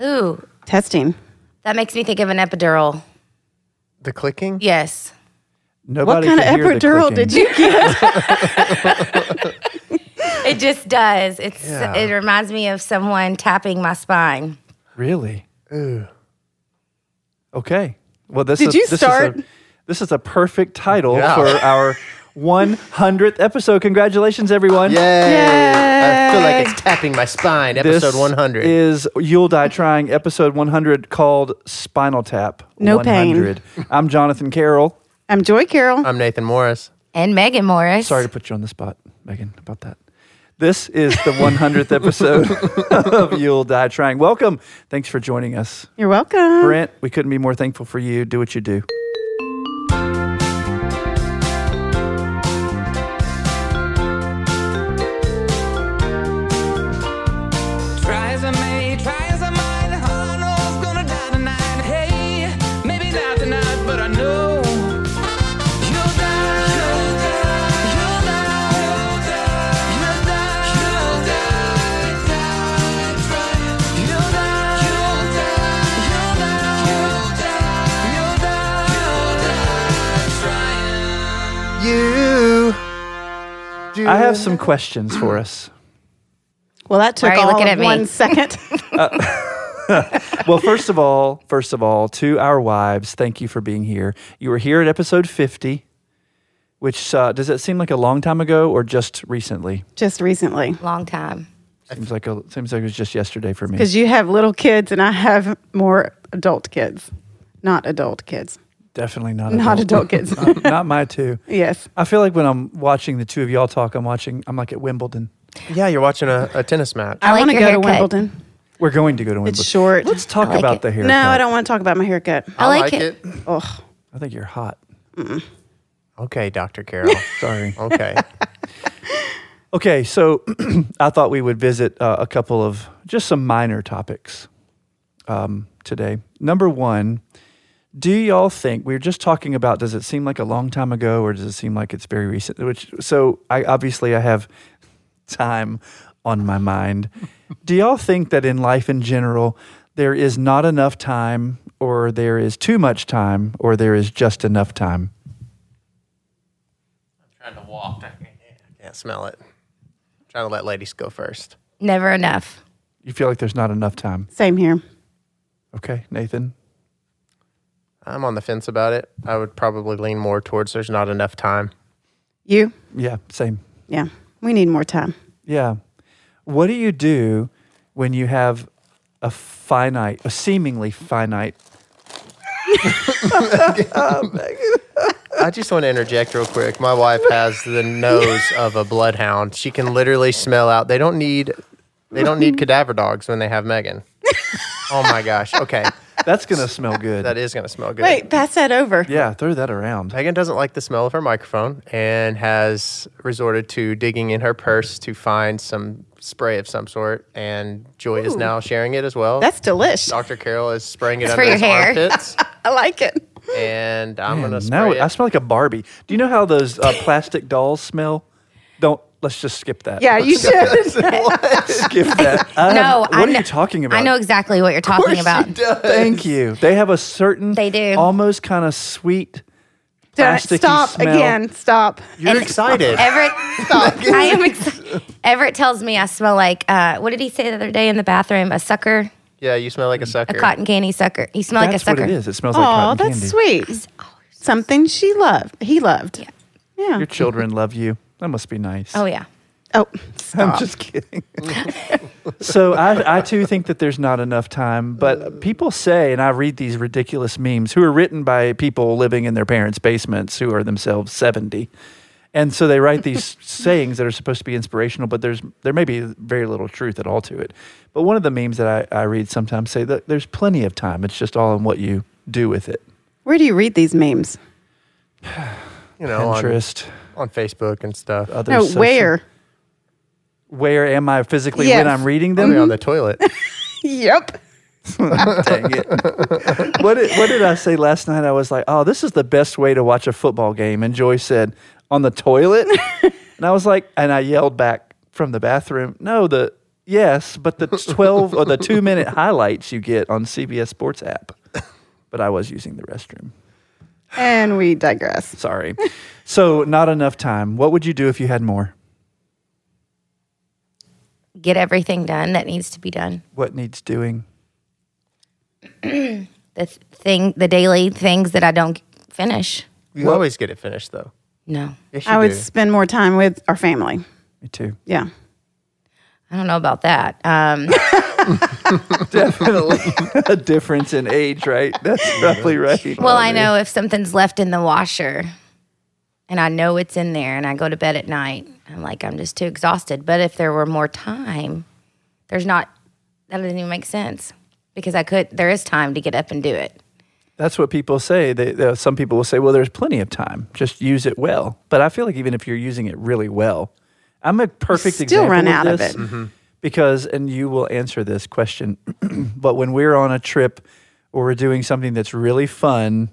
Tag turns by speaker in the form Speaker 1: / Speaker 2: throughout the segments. Speaker 1: Ooh,
Speaker 2: Testing.
Speaker 1: that makes me think of an epidural.
Speaker 3: The clicking?
Speaker 1: Yes.
Speaker 2: What
Speaker 4: Nobody
Speaker 2: kind of
Speaker 4: could hear the
Speaker 2: epidural
Speaker 4: clicking.
Speaker 2: did you get?
Speaker 1: It just does. It's
Speaker 3: Yeah.
Speaker 1: it reminds me of someone tapping my spine.
Speaker 4: Really?
Speaker 3: Ooh.
Speaker 4: Okay. Well, this
Speaker 2: Did
Speaker 4: is,
Speaker 2: you
Speaker 4: this
Speaker 2: start-
Speaker 4: Is a, this is a perfect title
Speaker 3: Yeah.
Speaker 4: for our 100th episode. Congratulations, everyone!
Speaker 3: Yay. I feel like it's tapping my spine.
Speaker 4: This
Speaker 3: Episode 100.
Speaker 4: is You'll Die Trying, episode 100, called Spinal Tap.
Speaker 2: No pain.
Speaker 4: 100. I'm Jonathan Carroll.
Speaker 2: I'm Joy Carroll.
Speaker 4: Uh,
Speaker 3: I'm Nathan Morris.
Speaker 1: And Megan Morris.
Speaker 4: Sorry to put you on the spot, Megan, about that. This is the 100th episode of You'll Die Trying. Welcome. Thanks for joining us.
Speaker 2: You're welcome.
Speaker 4: Brent, we couldn't be more thankful for you. Do what you do.
Speaker 5: Try as I may, try as I might, all I know is gonna die tonight. Hey, maybe not tonight, but I know. You'll die, you'll die, you'll die, you'll die, you'll die, you'll die, die, trying. You'll die, you'll die, you'll die, you'll die, you'll die, you'll die,
Speaker 3: You.
Speaker 5: trying.
Speaker 3: do-
Speaker 4: I have some questions for us.
Speaker 2: Well, that took
Speaker 1: Why are you
Speaker 2: all
Speaker 1: looking
Speaker 2: of
Speaker 1: at me?
Speaker 2: one second.
Speaker 4: Well, first of all, first of all, to our wives, thank you for being here. You were here at episode 50, which uh, does it seem like a long time ago or just recently?
Speaker 2: Just recently.
Speaker 1: Long time.
Speaker 4: Seems like a, seems like it was just yesterday for me.
Speaker 2: Because you have little kids and I have more adult kids. Not adult kids.
Speaker 4: Definitely not
Speaker 2: Not adult kids.
Speaker 4: not, not my two.
Speaker 2: yes.
Speaker 4: I feel like when I'm watching the two of y'all talk, I'm watching. I'm like at Wimbledon.
Speaker 3: Yeah, you're watching a, a tennis match.
Speaker 2: I,
Speaker 1: like
Speaker 2: want to
Speaker 1: your
Speaker 2: go
Speaker 1: haircut.
Speaker 2: to Wimbledon.
Speaker 4: We're going to go to Wimbledon.
Speaker 2: It's short.
Speaker 4: Let's talk
Speaker 1: I like
Speaker 4: about
Speaker 1: it.
Speaker 4: the haircut.
Speaker 2: no, I don't want to talk about my haircut.
Speaker 1: I, like, it.
Speaker 2: Oh,
Speaker 4: I think you're hot.
Speaker 3: Okay, Dr. Carroll.
Speaker 4: Sorry.
Speaker 3: Okay.
Speaker 4: Okay, so I thought we would visit uh, a couple of just some minor topics um, today. Number one, do y'all think we were just talking about? Does it seem like a long time ago, or does it seem like it's very recent? Which so I obviously I have time on my mind. do y'all think that in life in general there is not enough time, or there is too much time, or there is just enough time?
Speaker 3: trying to walk. I can't, smell it. trying to let ladies go first.
Speaker 1: Never enough.
Speaker 4: You feel like there's not enough time.
Speaker 2: same here.
Speaker 4: Okay, Nathan.
Speaker 3: I'm on the fence about it. I would probably lean more towards there's not enough time.
Speaker 2: You?
Speaker 4: Yeah, same.
Speaker 2: Yeah. We need more time.
Speaker 4: Yeah. What do you do when you have a finite, a seemingly finite?
Speaker 3: I just want to interject real quick. My wife has the nose of a bloodhound. She can literally smell out. They don't need they don't need cadaver dogs when they have Megan. Oh my gosh. Okay.
Speaker 4: That's gonna smell good.
Speaker 3: That is going to smell good.
Speaker 2: Wait, pass that over.
Speaker 4: yeah, throw that around.
Speaker 3: Megan doesn't like the smell of her microphone and has resorted to digging in her purse to find some spray of some sort. And Joy is now sharing it as well.
Speaker 2: That's delish.
Speaker 3: Dr. Carroll is spraying it
Speaker 1: It's
Speaker 3: under
Speaker 1: for
Speaker 3: his
Speaker 1: your hair.
Speaker 3: armpits.
Speaker 2: I like it.
Speaker 3: and I'm
Speaker 4: Man,
Speaker 3: going to
Speaker 4: now
Speaker 3: spray
Speaker 4: I
Speaker 3: it.
Speaker 4: smell like a Barbie. Do you know how those uh, plastic dolls smell? Don't. Let's just skip that.
Speaker 2: Yeah, you should.
Speaker 4: skip that. I
Speaker 1: no,
Speaker 4: have- what
Speaker 1: I
Speaker 4: are
Speaker 1: kn-
Speaker 4: you talking about?
Speaker 1: I know exactly what you're talking about.
Speaker 4: Thank you. They have a certain,
Speaker 1: They do.
Speaker 4: almost kind of sweet.
Speaker 2: Don't-
Speaker 4: plasticky
Speaker 2: Stop
Speaker 4: smell.
Speaker 2: again. Stop.
Speaker 3: You're excited.
Speaker 1: Everett, I am. Ex- Everett tells me I smell like uh, what did he say the other day in the bathroom? A sucker,
Speaker 3: Yeah, you smell like a
Speaker 1: a
Speaker 3: sucker.
Speaker 1: cotton candy sucker. You smell
Speaker 4: That's
Speaker 1: like a
Speaker 4: what it
Speaker 1: sucker.
Speaker 4: is. It smells like
Speaker 2: Oh,
Speaker 4: cotton
Speaker 2: that's
Speaker 4: candy.
Speaker 2: sweet. Something she loved. He loved. Yeah.
Speaker 4: Your children love you. That must be nice.
Speaker 1: Oh yeah.
Speaker 2: Oh,
Speaker 4: I'm
Speaker 2: stop.
Speaker 4: just kidding. so I, I too think that there's not enough time, but people say, and I read these ridiculous memes who are written by people living in their parents' basements who are themselves 70. And so they write these sayings that are supposed to be inspirational, but there's there may be very little truth at all to it. But one of the memes that I, I read sometimes say that there's plenty of time. It's just all in what you do with it.
Speaker 2: Where do you read these memes?
Speaker 3: you know, on-
Speaker 4: Pinterest, Uh,
Speaker 3: on Facebook and stuff.
Speaker 4: other
Speaker 2: Oh, No,
Speaker 4: social-
Speaker 2: where?
Speaker 4: Where am I physically
Speaker 2: Yes.
Speaker 4: when I'm reading them?
Speaker 3: Probably on the toilet.
Speaker 2: Yep.
Speaker 4: Dang it. what, did, what did I say last night? I was like, oh, this is the best way to watch a football game. And Joy said, on the toilet? and I was like, and I yelled back from the bathroom, no, the Yes, but the 12 or the two minute highlights you get on CBS Sports app. But I was using the restroom.
Speaker 2: And we digress.
Speaker 4: Sorry. So, not enough time. What would you do if you had more?
Speaker 1: Get everything done that needs to be done.
Speaker 4: What needs doing?
Speaker 1: The th- thing, the daily things that I don't finish.
Speaker 3: You always get it finished though.
Speaker 1: No,
Speaker 3: Yes, you
Speaker 2: I would
Speaker 3: do.
Speaker 2: spend more time with our family.
Speaker 4: Me too.
Speaker 2: Yeah.
Speaker 1: I don't know about that. Um,
Speaker 4: Definitely a difference in age, right? That's roughly right.
Speaker 1: well, I know if something's left in the washer, and I know it's in there, and I go to bed at night, I'm like I'm just too exhausted. But if there were more time, there's not. That doesn't even make sense because I could. There is time to get up and do it.
Speaker 4: That's what people say. They, uh, some people will say, well, there's plenty of time. Just use it well. But I feel like even if you're using it really well, I'm a perfect
Speaker 2: still
Speaker 4: example
Speaker 2: run
Speaker 4: of
Speaker 2: out of
Speaker 4: this
Speaker 2: it.
Speaker 4: Because, and you will answer this question, but when we're on a trip or we're doing something that's really fun,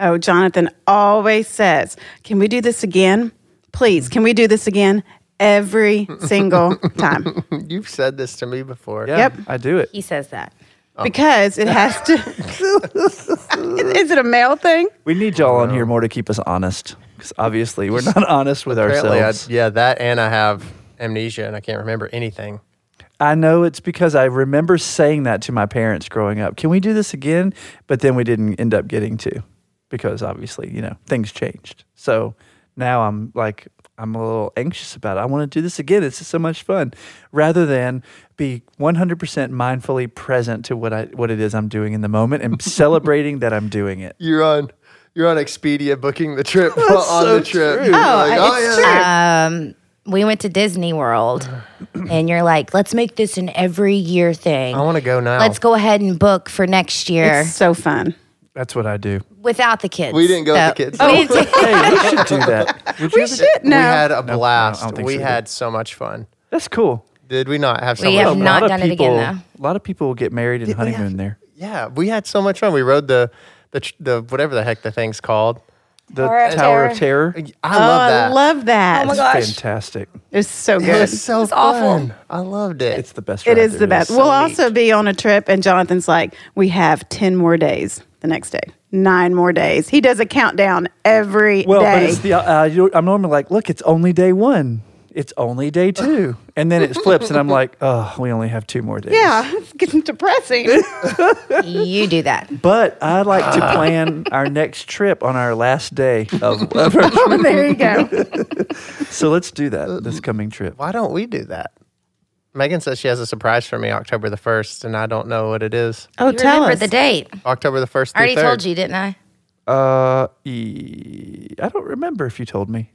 Speaker 2: Oh, Jonathan always says, Can we do this again? Please, can we do this again? Every single time.
Speaker 3: You've said this to me before.
Speaker 4: yeah,
Speaker 2: Yep.
Speaker 4: I do it.
Speaker 1: He says that.
Speaker 4: Oh.
Speaker 2: Because it has to. Is it a male thing?
Speaker 4: We need y'all on here more to keep us honest because obviously we're not honest with
Speaker 3: Apparently, I,
Speaker 4: ourselves.
Speaker 3: yeah, that and I have amnesia and I can't remember anything.
Speaker 4: I know it's because I remember saying that to my parents growing up. Can we do this again? But then we didn't end up getting to because obviously, you know, things changed. So now I'm like, I'm a little anxious about it. I want to do this again. It's so much fun rather than be 100% mindfully present to what I what it is I'm doing in the moment and celebrating that I'm doing it.
Speaker 3: You're on, you're on Expedia booking the trip while on
Speaker 4: so
Speaker 3: the trip.
Speaker 4: true.
Speaker 3: You're
Speaker 2: Oh,
Speaker 3: like,
Speaker 2: it's
Speaker 3: yeah.
Speaker 2: true.
Speaker 1: We went to Disney World, and you're like, let's make this an every year thing.
Speaker 3: I want to go now.
Speaker 1: Let's go ahead and book for next year
Speaker 2: It's so fun.
Speaker 4: That's what I do.
Speaker 1: without the kids.
Speaker 3: We didn't go with the kids.
Speaker 1: We didn't take-
Speaker 4: Hey, we should do that. Would you
Speaker 2: We
Speaker 4: ever-
Speaker 2: should.
Speaker 3: We
Speaker 2: No.
Speaker 3: had a
Speaker 4: no,
Speaker 3: blast.
Speaker 4: I don't think
Speaker 3: we
Speaker 4: so, dude.
Speaker 3: had so much fun.
Speaker 4: That's cool.
Speaker 3: Did we not have so
Speaker 1: We
Speaker 3: much
Speaker 1: have
Speaker 3: fun?
Speaker 1: not
Speaker 4: a lot
Speaker 1: done
Speaker 4: of
Speaker 1: it again,
Speaker 4: people-
Speaker 1: though.
Speaker 4: A lot of people will get married and honeymoon there.
Speaker 3: Yeah, we had so much fun. We rode the the tr- the whatever the heck the thing's called.
Speaker 4: The
Speaker 1: Tower of
Speaker 4: Tower of
Speaker 1: Uh,
Speaker 3: I
Speaker 4: Terror.
Speaker 2: oh,
Speaker 3: love that.
Speaker 2: I love that.
Speaker 1: Oh my gosh.
Speaker 4: Fantastic.
Speaker 2: It's so
Speaker 3: It
Speaker 2: good.
Speaker 3: was so
Speaker 1: was awful.
Speaker 3: fun. I loved it.
Speaker 4: It's the best.
Speaker 2: It
Speaker 4: ride
Speaker 2: is
Speaker 4: there
Speaker 2: the best. we'll also be on a trip, and Jonathan's like, we have 10 more days the next day, nine more days. He does a countdown every day.
Speaker 4: Well, but it's the. Uh, you I'm normally like, look, it's only day one. It's only day two, and then it flips, and I'm like, oh, we only have two more days.
Speaker 2: yeah, it's getting depressing.
Speaker 1: You do that.
Speaker 4: But I like to plan our next trip on our last day of. of our-
Speaker 2: Oh, there you go.
Speaker 4: so let's do that this coming trip.
Speaker 3: Why don't we do that? Megan says she has a surprise for me October the first, and I don't know what it is.
Speaker 2: Oh,
Speaker 1: You
Speaker 2: tell
Speaker 1: remember
Speaker 2: us.
Speaker 1: the date.
Speaker 3: October the first.
Speaker 1: I already told you, didn't I?
Speaker 4: Uh, e- I don't remember if you told me.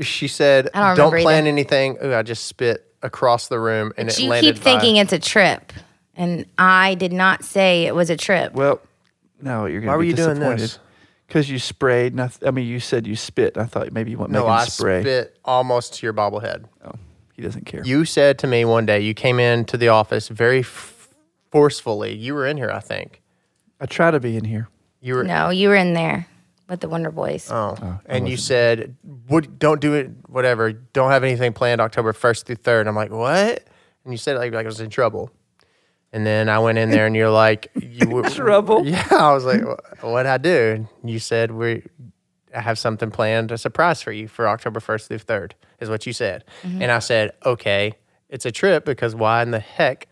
Speaker 3: She said,
Speaker 1: I don't
Speaker 3: "Don't,
Speaker 1: remember
Speaker 3: plan
Speaker 1: either.
Speaker 3: anything." Ooh, I just spit across the room, and it
Speaker 1: You
Speaker 3: landed.
Speaker 1: keep thinking
Speaker 3: by.
Speaker 1: it's a trip, and I did not say it was a trip.
Speaker 4: Well, no, you're gonna
Speaker 3: Why were
Speaker 4: be
Speaker 3: you doing
Speaker 4: disappointed.
Speaker 3: this?
Speaker 4: Because you sprayed. And I, th- I mean, you said you spit. and I thought maybe you want
Speaker 3: No,
Speaker 4: Megan
Speaker 3: I
Speaker 4: to spray. Oh,
Speaker 3: spit almost to your bobblehead.
Speaker 1: Oh.
Speaker 4: He doesn't care.
Speaker 3: You said to me one day you came into the office very f- forcefully. You were in here, I think.
Speaker 4: I try to be in here.
Speaker 3: You were
Speaker 1: no, you were in there with the Wonder Boys.
Speaker 3: Oh, and you said, "What? Don't do it. Whatever. Don't have anything planned October first through 3rd. I'm like, "What?" And you said it like, like I was in trouble. And then I went in there, and you're like, "You were
Speaker 4: Trouble.
Speaker 3: Yeah, I was like, "Wha- "What I do?" And you said, "We, I have something planned, a surprise for you for October first through 3rd, is what you said. And I said, "Okay, it's a trip because why in the heck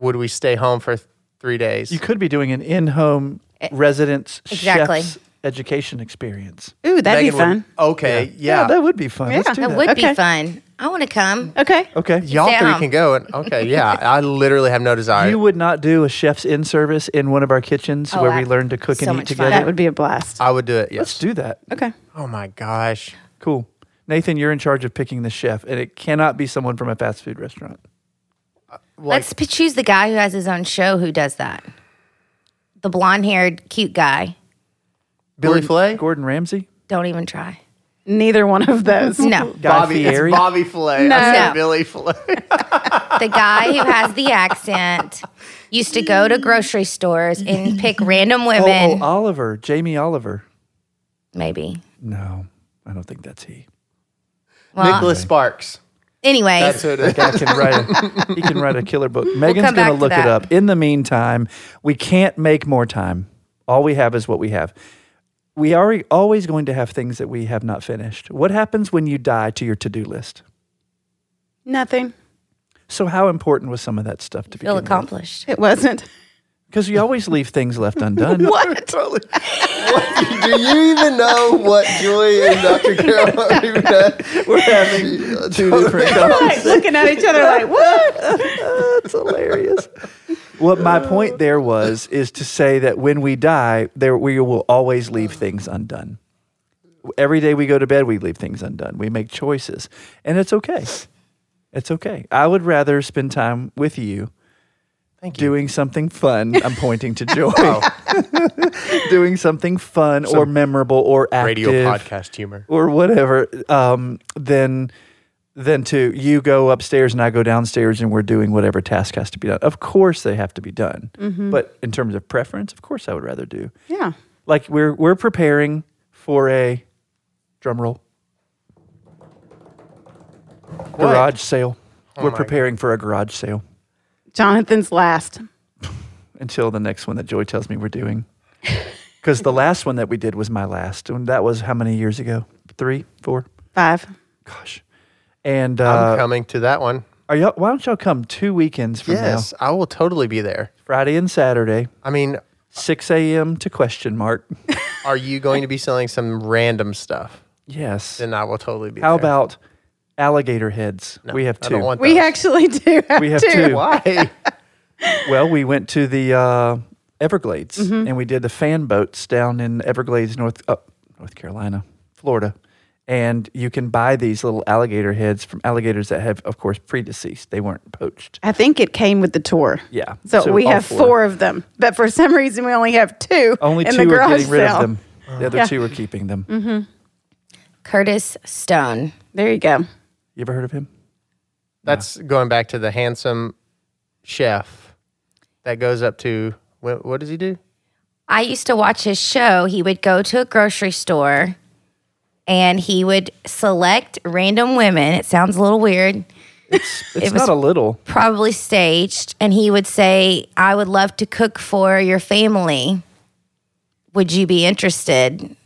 Speaker 3: would we stay home for th- three days?"
Speaker 4: You could be doing an in-home residence
Speaker 1: E-, exactly.
Speaker 4: chef's education experience.
Speaker 2: Ooh, that'd be
Speaker 3: Megan
Speaker 2: fun.
Speaker 3: would- okay, yeah.
Speaker 4: that would be fun. Let's do
Speaker 1: That
Speaker 4: that.
Speaker 1: would be
Speaker 2: Okay.
Speaker 1: fun. I want to come.
Speaker 2: Okay.
Speaker 4: okay.
Speaker 3: Y'all
Speaker 1: Stay at
Speaker 3: three
Speaker 1: home.
Speaker 3: can go. And okay, yeah, I literally have no desire.
Speaker 4: You would not do a chef's in service in one of our kitchens
Speaker 1: Oh,
Speaker 4: where
Speaker 1: I-
Speaker 4: we learn to cook
Speaker 1: so
Speaker 4: and eat
Speaker 1: much fun.
Speaker 4: together.
Speaker 2: That would be a blast.
Speaker 4: Uh,
Speaker 3: I would do it. Yes.
Speaker 4: Let's do that.
Speaker 2: Okay.
Speaker 3: Oh my gosh.
Speaker 4: Cool. Nathan, you're in charge of picking the chef, and it cannot be someone from a fast food restaurant.
Speaker 1: Let's p- choose the guy who has his own show who does that. The blonde haired, cute guy.
Speaker 3: Billy Flay?
Speaker 4: Gordon Ramsay,
Speaker 1: Don't even try.
Speaker 2: Neither one of those.
Speaker 1: No.
Speaker 4: Guy
Speaker 3: it's
Speaker 4: Fieri.
Speaker 3: Bobby Flay. I
Speaker 1: No.
Speaker 3: said
Speaker 1: No.
Speaker 3: Billy Flay.
Speaker 1: the guy who has the accent used to go to grocery stores and pick random
Speaker 4: oh,
Speaker 1: women.
Speaker 4: oh, Oliver, Jamie Oliver.
Speaker 1: Maybe.
Speaker 3: oh.
Speaker 4: No, I don't think that's he.
Speaker 1: Well,
Speaker 3: Nicholas Sparks.
Speaker 1: Anyway,
Speaker 3: That's it.
Speaker 4: That guy can write. A, he can write a killer book. Megan's
Speaker 1: come back
Speaker 4: gonna
Speaker 1: to
Speaker 4: look it
Speaker 1: that.
Speaker 4: up. In the meantime, we can't make more time. All we have is what we have. We are always going to have things that we have not finished. What happens when you die to your to-do list?
Speaker 2: Nothing.
Speaker 4: So, how important was some of that stuff to
Speaker 1: feel
Speaker 4: begin with?
Speaker 1: accomplished.
Speaker 2: It wasn't.
Speaker 4: Because you always leave things left undone.
Speaker 2: What?
Speaker 3: Do you even know what Julie and Dr. Carol are even at? We're having
Speaker 4: Two different copies.
Speaker 2: like looking at each other like, what?
Speaker 4: That's hilarious. What my point there was is to say that when we die, there we will always leave things undone. Every day we go to bed, we leave things undone. We make choices, and it's okay. It's okay. I would rather spend time with you,
Speaker 3: Thank you.
Speaker 4: doing something fun. I'm pointing to Joy. doing something fun or memorable or active
Speaker 3: Radio podcast humor.
Speaker 4: or whatever, um, then then to you go upstairs and I go downstairs and we're doing whatever task has to be done. Of course they have to be done, but in terms of preference, of course I would rather do
Speaker 2: Yeah.
Speaker 4: like we're we're preparing for a drum roll garage sale. we're preparing for a garage sale
Speaker 2: Jonathan's last.
Speaker 4: until the next one that Joy tells me we're doing. Because the last one that we did was my last, and that was how many years ago? Three, four.
Speaker 2: Five.
Speaker 4: Gosh. And
Speaker 3: I'm
Speaker 4: uh,
Speaker 3: coming to that one.
Speaker 4: are y'all, why don't y'all come two weekends from
Speaker 3: Yes,
Speaker 4: now?
Speaker 3: I will totally be there.
Speaker 4: Friday and Saturday,
Speaker 3: I mean,
Speaker 4: 6 a.m. to question mark.
Speaker 3: are you going to be selling some random stuff?
Speaker 4: Yes.
Speaker 3: Then I will totally be
Speaker 4: How
Speaker 3: there.
Speaker 4: about alligator heads? we have
Speaker 3: I
Speaker 4: two.
Speaker 3: don't want
Speaker 2: We
Speaker 3: those.
Speaker 2: actually do have
Speaker 4: we have
Speaker 2: two.
Speaker 4: two.
Speaker 3: Why?
Speaker 4: Well, we went to the uh, Everglades and we did the fan boats down in Everglades, North uh, North Carolina, Florida, and you can buy these little alligator heads from alligators that have, of course, predeceased. They weren't poached.
Speaker 2: I think it came with the tour.
Speaker 4: Yeah.
Speaker 2: So,
Speaker 4: So
Speaker 2: we
Speaker 4: all
Speaker 2: have
Speaker 4: four.
Speaker 2: four. of them, but for some reason we only have two.
Speaker 4: Only
Speaker 2: in
Speaker 4: two
Speaker 2: the
Speaker 4: are
Speaker 2: garage
Speaker 4: getting rid
Speaker 2: sale.
Speaker 4: of them. The other
Speaker 2: Yeah.
Speaker 4: two are keeping them.
Speaker 1: Curtis Stone.
Speaker 2: There you go.
Speaker 4: You ever heard of him?
Speaker 3: That's going back to the handsome chef that goes up to what, what does he do?
Speaker 1: I used to watch his show. He would go to a grocery store and he would select random women. It sounds a little weird,
Speaker 4: It's
Speaker 1: was-
Speaker 4: not a little.
Speaker 1: probably staged. And he would say, I would love to cook for your family. Would you be interested? In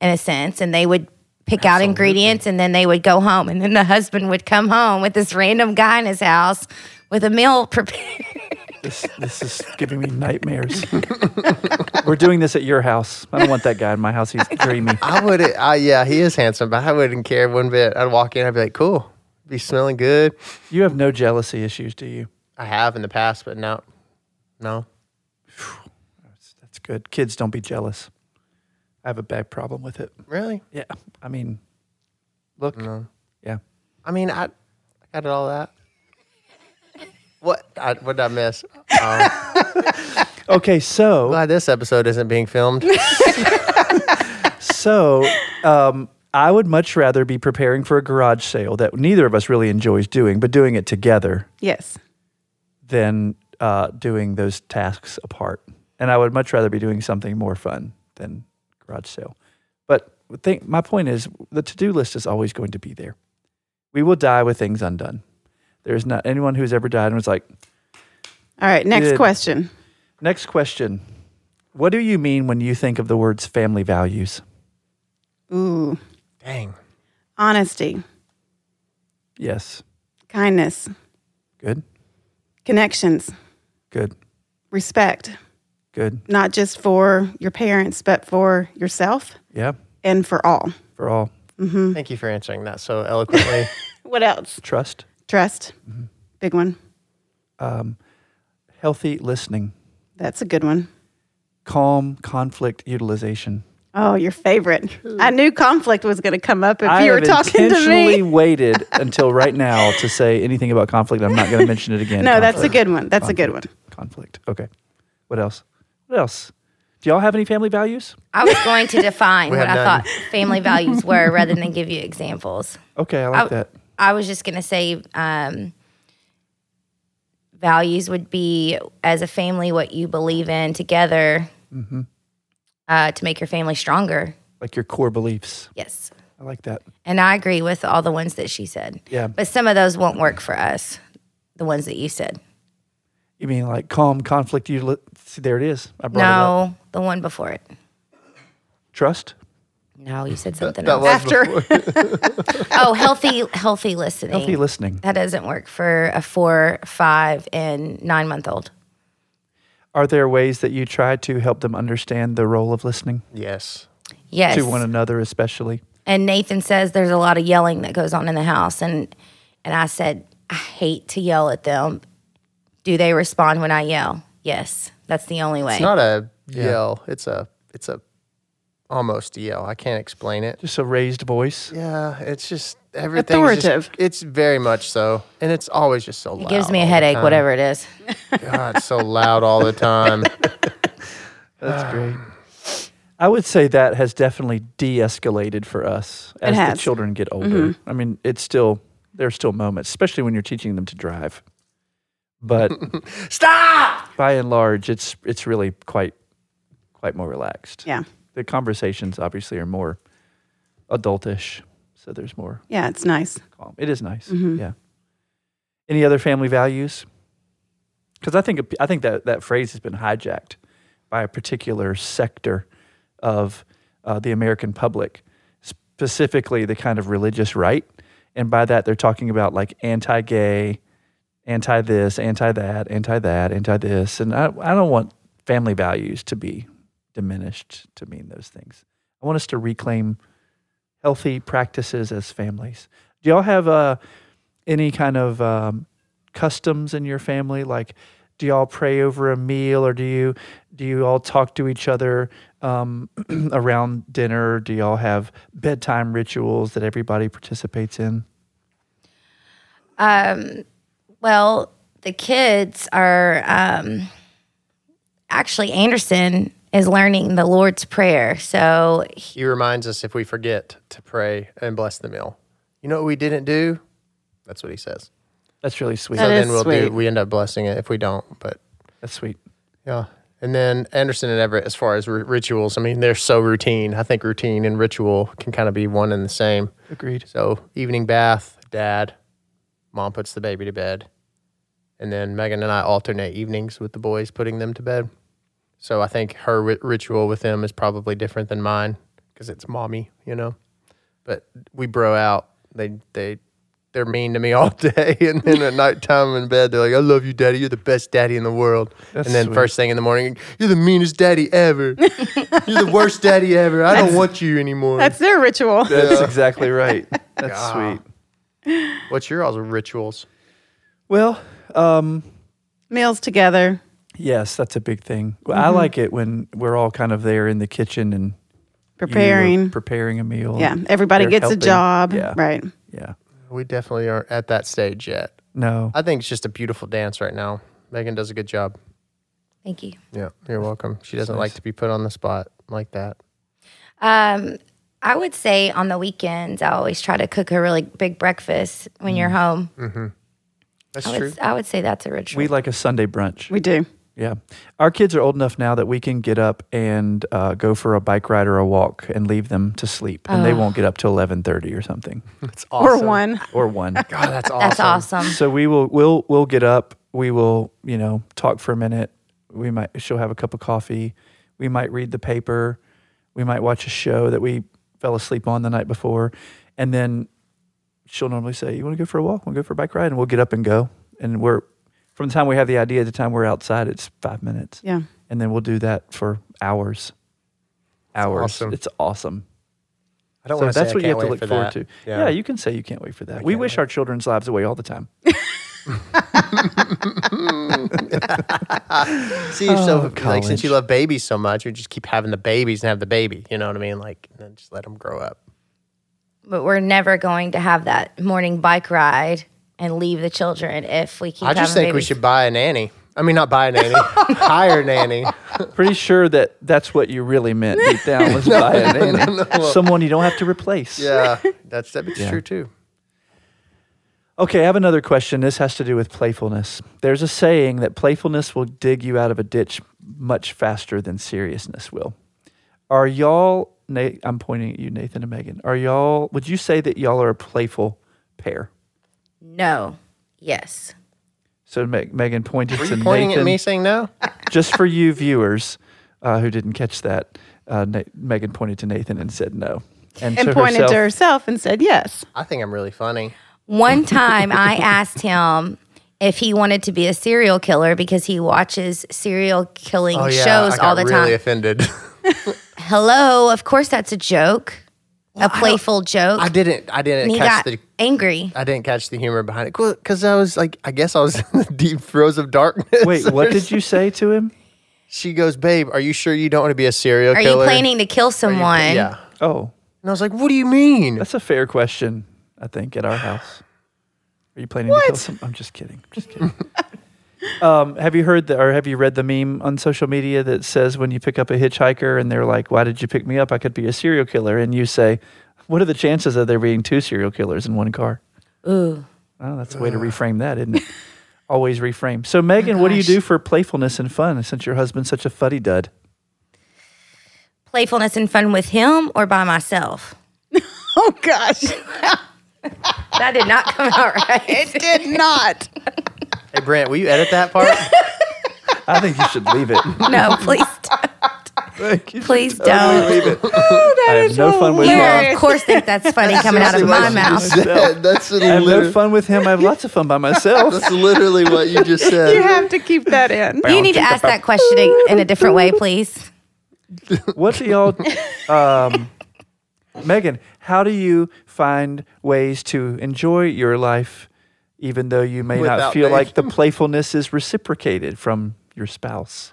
Speaker 1: a sense. And they would pick out ingredients and then they would go home. And then the husband would come home with this random guy in his house with a meal prepared.
Speaker 4: This, this is giving me nightmares. We're doing this at your house. I don't want that guy in my house. He's dreamy.
Speaker 3: I would, uh, I, yeah, he is handsome, but I wouldn't care one bit. I'd walk in, I'd be like, cool, be smelling good.
Speaker 4: You have no jealousy issues, do you?
Speaker 3: I have in the past, but now, no.
Speaker 4: That's good. Kids, don't be jealous. I have a bad problem with it.
Speaker 3: Really?
Speaker 4: Yeah. I mean, look. Yeah.
Speaker 3: I mean, I, I got it all that. What, I, what did I miss? Oh,
Speaker 4: Okay. So,
Speaker 3: glad this episode isn't being filmed.
Speaker 4: so, um, I would much rather be preparing for a garage sale that neither of us really enjoys doing, but doing it together
Speaker 2: Yes.
Speaker 4: than uh, doing those tasks apart. And I would much rather be doing something more fun than garage sale. But think, my point is the to do list is always going to be there. We will die with things undone. There's not anyone who's ever died and was like,
Speaker 2: All right. Next
Speaker 4: Good.
Speaker 2: question.
Speaker 4: Next question. What do you mean when you think of the words family values?
Speaker 2: Ooh.
Speaker 3: Dang.
Speaker 2: Honesty,
Speaker 4: Yes.
Speaker 2: kindness,
Speaker 4: Good.
Speaker 2: connections,
Speaker 4: Good.
Speaker 2: respect,
Speaker 4: Good.
Speaker 2: not just for your parents, but for yourself
Speaker 4: Yeah.
Speaker 2: and for all.
Speaker 4: For all.
Speaker 3: Thank you for answering that so eloquently.
Speaker 2: What else?
Speaker 4: Trust.
Speaker 2: Trust.
Speaker 4: Mm-hmm.
Speaker 2: Big one.
Speaker 4: Healthy listening.
Speaker 2: That's a good one.
Speaker 4: Calm conflict utilization.
Speaker 2: Oh, your favorite. I knew conflict was going to come up if
Speaker 4: I
Speaker 2: you were
Speaker 4: have
Speaker 2: talking to me.
Speaker 4: intentionally waited until right now to say anything about conflict. I'm not going to mention it again.
Speaker 2: No, that's a
Speaker 4: Conflict.
Speaker 2: good one. That's a good one.
Speaker 4: Conflict. Conflict. Okay. What else? What else? Do y'all have any family values?
Speaker 1: I was going to define
Speaker 3: We
Speaker 1: what
Speaker 3: have
Speaker 1: I
Speaker 3: none.
Speaker 1: thought family values were rather than give you examples.
Speaker 4: Okay, I
Speaker 2: Oh.
Speaker 4: like
Speaker 1: I-
Speaker 4: that.
Speaker 1: I was just going to say um, values would be as a family what you believe in
Speaker 4: Mm-hmm.
Speaker 1: together uh, to make your family stronger.
Speaker 4: Like your core beliefs.
Speaker 1: Yes.
Speaker 4: I like that.
Speaker 1: And I agree with all the ones that she said.
Speaker 4: Yeah.
Speaker 1: But some of those won't work for us, the ones that you said.
Speaker 4: You mean like calm conflict? You li- see, there it is. I brought it up.
Speaker 1: No, the one before it.
Speaker 4: Trust.
Speaker 1: No, you said something
Speaker 3: That
Speaker 1: else.
Speaker 3: was
Speaker 2: After
Speaker 1: oh, healthy, healthy listening.
Speaker 4: Healthy listening.
Speaker 1: That doesn't work for a four, five, and nine month old.
Speaker 4: Are there ways that you try to help them understand the role of listening
Speaker 3: yes.
Speaker 1: Yes.
Speaker 4: to one another, especially?
Speaker 1: and Nathan says there's a lot of yelling that goes on in the house, and and I said I hate to yell at them. Do they respond when I yell? Yes, that's the only way.
Speaker 3: It's not a yell. It's a it's a almost a yell. I can't explain it.
Speaker 4: Just a raised voice.
Speaker 3: Yeah, it's just everything. is just-
Speaker 2: Authoritative.
Speaker 3: it's very much so, and it's always just so loud.
Speaker 1: it gives me
Speaker 3: all
Speaker 1: a
Speaker 3: the
Speaker 1: headache,
Speaker 3: time.
Speaker 1: whatever it is.
Speaker 3: God, it's so loud all the time.
Speaker 4: That's great. I would say that has definitely de-escalated for us as the
Speaker 2: has. Mm-hmm.
Speaker 4: children get older. I mean, it's still there are still moments, especially when you're teaching them to drive. But
Speaker 3: Stop!
Speaker 4: by and large, it's it's really quite quite more relaxed.
Speaker 2: yeah,
Speaker 4: The conversations obviously are more adultish, so there's more
Speaker 2: yeah, it's nice.
Speaker 4: calm. It is nice. Yeah. Any other family values? Because I think I think that that phrase has been hijacked by a particular sector of uh, the American public, specifically the kind of religious right, and by that they're talking about like anti-gay, anti-this, anti-that, anti-that, anti-this, and I I don't want family values to be diminished to mean those things. I want us to reclaim healthy practices as families. Do y'all have uh, any kind of um, customs in your family? Like, do y'all pray over a meal, or do you do you all talk to each other um, around dinner? Do y'all have bedtime rituals that everybody participates in?
Speaker 1: Um, Well, the kids are um, actually Anderson is learning the Lord's Prayer, so he-
Speaker 3: He reminds us if we forget to pray and bless the meal. You know what we didn't do? That's what he says.
Speaker 4: That's really sweet.
Speaker 3: So
Speaker 2: That
Speaker 3: then
Speaker 2: is
Speaker 3: we'll
Speaker 2: sweet.
Speaker 3: do. We end up blessing it if we don't, but
Speaker 4: That's sweet.
Speaker 3: Yeah. And then Anderson and Everett, as far as r- rituals, I mean, they're so routine. I think routine and ritual can kind of be one and the same.
Speaker 4: Agreed.
Speaker 3: So, evening bath, dad, mom puts the baby to bed. And then Megan and I alternate evenings with the boys, putting them to bed. So, I think her ri- ritual with them is probably different than mine because it's mommy, you know? But we bro out. They, they, they're mean to me all day. And then at nighttime in bed, they're like, I love you, daddy. You're the best daddy in the world.
Speaker 4: That's
Speaker 3: and then
Speaker 4: sweet.
Speaker 3: first thing in the morning, you're the meanest daddy ever. you're the worst daddy ever. I don't want you anymore.
Speaker 2: That's their ritual.
Speaker 4: That's exactly right. That's sweet.
Speaker 3: What's your all's rituals?
Speaker 4: Well, um,
Speaker 2: Meals together.
Speaker 4: yes, that's a big thing. Well, I like it when we're all kind of there in the kitchen and you are
Speaker 2: Preparing.
Speaker 4: preparing a meal.
Speaker 2: Yeah, everybody
Speaker 4: They're
Speaker 2: gets
Speaker 4: helping.
Speaker 2: a job.
Speaker 4: Yeah.
Speaker 2: Right.
Speaker 4: Yeah.
Speaker 3: We definitely aren't at that stage yet.
Speaker 4: No.
Speaker 3: I think it's just a beautiful dance right now. Megan does a good job.
Speaker 1: thank you.
Speaker 3: Yeah, you're welcome. She doesn't like to be put on the spot like that.
Speaker 1: Um, I would say on the weekends, I always try to cook a really big breakfast when you're home.
Speaker 3: That's
Speaker 1: I
Speaker 3: Mm. true.
Speaker 1: would, I would say that's a ritual.
Speaker 4: we like a Sunday brunch.
Speaker 2: We do.
Speaker 4: Yeah. Our kids are old enough now that we can get up and uh, go for a bike ride or a walk and leave them to sleep. And they won't get up till 1130 or something
Speaker 3: That's awesome.
Speaker 2: Or one.
Speaker 4: or one.
Speaker 3: God, that's awesome.
Speaker 1: that's awesome.
Speaker 4: so we will, we'll, we'll get up. We will, you know, talk for a minute. We might, she'll have a cup of coffee. We might read the paper. We might watch a show that we fell asleep on the night before. And then she'll normally say, "You want to go for a walk? Want to go for a bike ride?" And we'll get up and go. And we're from the time we have the idea to the time we're outside, it's five minutes.
Speaker 2: Yeah.
Speaker 4: and then we'll do that for hours. Hours.
Speaker 3: awesome.
Speaker 4: It's awesome.
Speaker 3: I don't
Speaker 4: So
Speaker 3: want to
Speaker 4: that's
Speaker 3: say
Speaker 4: what
Speaker 3: I
Speaker 4: you have
Speaker 3: can't
Speaker 4: to
Speaker 3: wait
Speaker 4: look
Speaker 3: for
Speaker 4: forward
Speaker 3: that.
Speaker 4: to. Yeah.
Speaker 3: Yeah.
Speaker 4: you can say you can't wait for that. We
Speaker 3: can't
Speaker 4: wish
Speaker 3: wait.
Speaker 4: our children's lives away all the time.
Speaker 3: See, you're so like
Speaker 4: college.
Speaker 3: since you love babies so much, you just keep having the babies and have the baby. You know what I mean? Like, and then just let them grow up.
Speaker 1: but we're never going to have that morning bike ride and leave the children if we keep.
Speaker 3: I just
Speaker 1: having
Speaker 3: think we
Speaker 1: babies.
Speaker 3: should buy a nanny. I mean, not buy a nanny, hire a nanny.
Speaker 4: Pretty sure that that's what you really meant deep down was by a nanny. someone you don't have to replace.
Speaker 3: Yeah, that's that's true too.
Speaker 4: Okay, I have another question. This has to do with playfulness. There's a saying that playfulness will dig you out of a ditch much faster than seriousness will. Are y'all Nate, I'm pointing at you, Nathan and Megan. Are y'all? Would you say that y'all are a playful pair?
Speaker 1: No. Yes.
Speaker 4: So Meg, Megan pointed
Speaker 3: Were
Speaker 4: to
Speaker 3: you pointing
Speaker 4: Nathan.
Speaker 3: at me saying no?
Speaker 4: just for you viewers uh, who didn't catch that, uh, Na- Megan pointed to Nathan and said no,
Speaker 2: and
Speaker 4: to
Speaker 2: pointed
Speaker 4: herself,
Speaker 2: to herself and said yes.
Speaker 3: I think I'm really funny.
Speaker 1: One time I asked him if he wanted to be a serial killer because he watches serial killing
Speaker 3: Oh yeah,
Speaker 1: shows
Speaker 3: I got
Speaker 1: all the
Speaker 3: really
Speaker 1: time.
Speaker 3: offended.
Speaker 1: Hello, of course that's a joke. a playful joke.
Speaker 3: I didn't. I didn't
Speaker 1: and he
Speaker 3: catch
Speaker 1: got
Speaker 3: the.
Speaker 1: angry.
Speaker 3: I didn't catch the humor behind it because I was like, I guess I was in the deep throes of darkness.
Speaker 4: Wait, what did you say to him?
Speaker 3: She goes, babe. Are you sure you don't want to be a serial
Speaker 1: Are
Speaker 3: killer?
Speaker 1: you planning to kill someone?
Speaker 3: Yeah.
Speaker 4: Oh,
Speaker 3: And I was like, what do you mean?
Speaker 4: that's a fair question. I think at our house, are you planning to kill someone? I'm just kidding. I'm just kidding. um, have you heard the, or have you read the meme on social media that says when you pick up a hitchhiker and they're like, "Why did you pick me up? I could be a serial killer," and you say, "What are the chances of there being two serial killers in one car?"
Speaker 1: Ooh.
Speaker 4: Oh, that's a way to reframe that, isn't it? Always reframe. So, Megan, what do you
Speaker 1: gosh.
Speaker 4: do for playfulness and fun since your husband's such a fuddy dud?
Speaker 1: Playfulness and fun with him or by myself?
Speaker 2: Oh gosh,
Speaker 1: That did not come out right.
Speaker 2: it did not.
Speaker 3: Hey Brent, will you edit that part?
Speaker 4: I think you should leave it.
Speaker 1: No, please don't. Please don't.
Speaker 4: I have no fun with
Speaker 1: You
Speaker 4: him.
Speaker 1: of course think that's funny coming out of my
Speaker 3: Seriously, what you
Speaker 1: mouth.
Speaker 3: just said. That's
Speaker 4: I have no
Speaker 3: literally,
Speaker 4: fun with him. I have lots of fun by myself.
Speaker 3: that's literally what you just
Speaker 2: You
Speaker 3: said.
Speaker 2: have to keep that in.
Speaker 1: You need to ask that question in- in a different way, please.
Speaker 4: What do y'all, um, Megan? How do you find ways to enjoy your life, even though you may not
Speaker 3: Without
Speaker 4: feel
Speaker 3: me.
Speaker 4: like the playfulness is reciprocated from your spouse?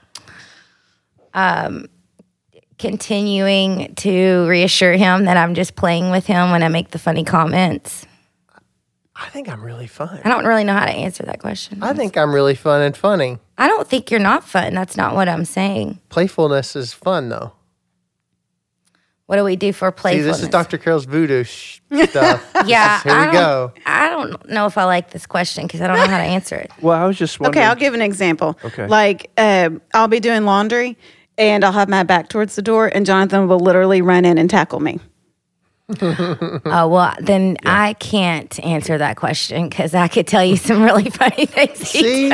Speaker 1: Continuing to reassure him that I'm just playing with him when I make the funny comments.
Speaker 3: I think I'm really fun.
Speaker 1: I don't really know how to answer that question.
Speaker 3: I think I'm really fun and funny.
Speaker 1: I don't think you're not fun. That's not what I'm saying.
Speaker 3: Playfulness is fun though.
Speaker 1: What do we do for
Speaker 3: See,
Speaker 1: playfulness?
Speaker 3: this is Dr. Carol's voodoo sh- stuff.
Speaker 1: Yeah,
Speaker 3: Here
Speaker 1: I
Speaker 3: we
Speaker 1: don't-
Speaker 3: go.
Speaker 1: I don't know if I like this question because I don't know how to answer it.
Speaker 4: Well, I was just wondering.
Speaker 2: Okay, I'll give an example.
Speaker 4: Okay.
Speaker 2: Like, um, I'll be doing laundry and I'll have my back towards the door, and Jonathan will literally run in and tackle me.
Speaker 1: Oh well, then I can't answer that question because I could tell you some really funny things. he
Speaker 3: See?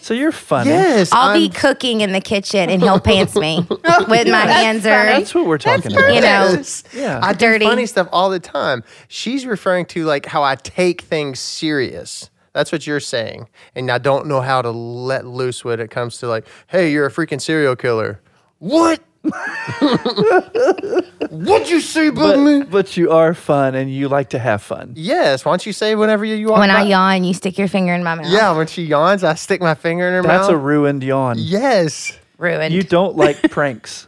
Speaker 4: so you're funny.
Speaker 3: Yes.
Speaker 1: I'll be
Speaker 3: I'm-
Speaker 1: cooking in my kitchen and he'll pants me with my hands are,
Speaker 4: That's what we're talking about.
Speaker 1: you know,
Speaker 3: Yes.
Speaker 4: Yeah.
Speaker 3: I
Speaker 1: Dirty.
Speaker 3: do funny stuff all the time. She's referring to like how I take things serious. That's what you're saying. And I don't know how to let loose when it comes to like, hey, you're a freaking serial killer. What? What'd you say about me?
Speaker 4: but, but you are fun and you like to have fun.
Speaker 3: Yes. Why don't you say whenever you walk
Speaker 1: when I
Speaker 3: by-
Speaker 1: yawn, you stick your finger in my mouth.
Speaker 3: Yeah, when she yawns, I stick my finger in her
Speaker 4: That's a
Speaker 3: mouth.
Speaker 4: ruined yawn.
Speaker 3: yes.
Speaker 1: ruined.
Speaker 4: You don't like pranks.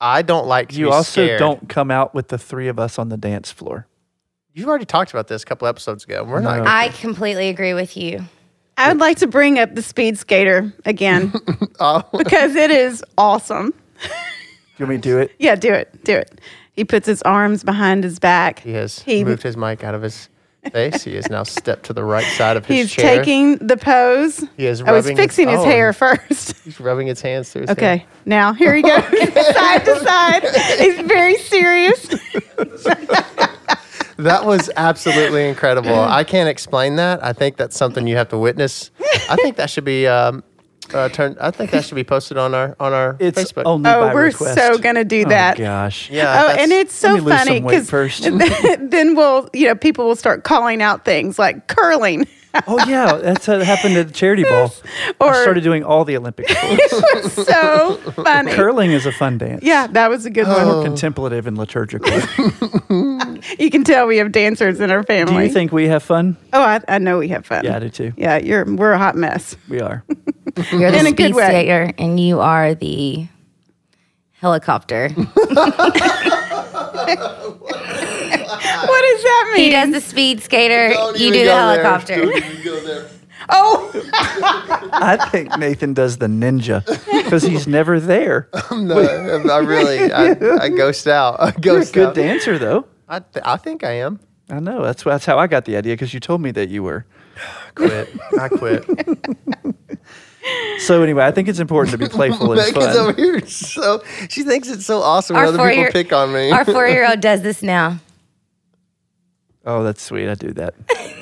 Speaker 3: I don't like to
Speaker 4: You
Speaker 3: be
Speaker 4: also
Speaker 3: scared.
Speaker 4: don't come out with the three of us on the dance floor.
Speaker 3: You've already talked about this a couple episodes ago. We're not.
Speaker 1: I completely agree with you.
Speaker 2: I would like to bring up the speed skater again Oh. because it is awesome.
Speaker 4: Do you want me to do it?
Speaker 2: Yeah, do it. Do it. He puts his arms behind his back.
Speaker 3: He has
Speaker 2: He-
Speaker 3: moved his mic out of his face. he has now stepped to the right side of his
Speaker 2: He's
Speaker 3: chair.
Speaker 2: taking the pose.
Speaker 3: He is
Speaker 2: I was
Speaker 3: rubbing
Speaker 2: fixing
Speaker 3: his-
Speaker 2: his
Speaker 3: oh.
Speaker 2: hair first.
Speaker 3: He's rubbing his hands through his
Speaker 2: Okay, now here he goes, side to side. He's very serious. Oh,
Speaker 3: hair. That was absolutely incredible. I can't explain that. I think that's something you have to witness. I think that should be um, uh, turned. I think that should be posted on our on our
Speaker 4: It's
Speaker 3: Facebook.
Speaker 4: only
Speaker 2: Oh,
Speaker 4: by
Speaker 2: we're
Speaker 4: request.
Speaker 2: so gonna do
Speaker 4: Oh,
Speaker 2: that.
Speaker 4: gosh.
Speaker 3: yeah.
Speaker 2: Oh,
Speaker 3: that's-
Speaker 2: and it's so
Speaker 4: Let me lose
Speaker 2: funny
Speaker 4: some weight
Speaker 2: because
Speaker 4: first.
Speaker 2: then, then we'll, you know, people will start calling out things like curling.
Speaker 4: Oh yeah, that's what happened at the charity ball.
Speaker 2: Or-
Speaker 4: I started doing all the Olympic sports.
Speaker 2: so funny.
Speaker 4: Curling is a fun dance.
Speaker 2: yeah, that was a good
Speaker 4: More
Speaker 2: one.
Speaker 4: contemplative and liturgical.
Speaker 2: You can tell we have dancers in our
Speaker 4: Oh. Do
Speaker 2: family.
Speaker 4: you think we have fun?
Speaker 2: oh, I, I know we have fun.
Speaker 4: Yeah, I do too.
Speaker 2: Yeah, you're we're a hot mess.
Speaker 4: We are.
Speaker 1: You're the
Speaker 2: In a
Speaker 1: speed
Speaker 2: good way.
Speaker 1: skater and you are the helicopter.
Speaker 2: What does that mean?
Speaker 1: he does the speed skater,
Speaker 3: Don't
Speaker 1: you
Speaker 3: even
Speaker 1: do the
Speaker 3: go there.
Speaker 1: helicopter.
Speaker 3: Don't even go there.
Speaker 2: oh,
Speaker 4: I think Nathan does the ninja Oh, because he's never there.
Speaker 3: No, I really, I, I ghost out. I
Speaker 4: You're a
Speaker 3: ghost
Speaker 4: good
Speaker 3: out.
Speaker 4: dancer though.
Speaker 3: I, th- I think I am.
Speaker 4: I know. That's that's how I got the idea because you told me that you were.
Speaker 3: Quit. I quit.
Speaker 4: So anyway, I think it's important to be playful and
Speaker 3: Megan's over
Speaker 4: fun.
Speaker 3: here. So she thinks it's so awesome when
Speaker 1: Our
Speaker 3: other people
Speaker 1: four-year-
Speaker 3: pick on me.
Speaker 1: Our four year old does this now.
Speaker 4: Oh, that's sweet. I do that.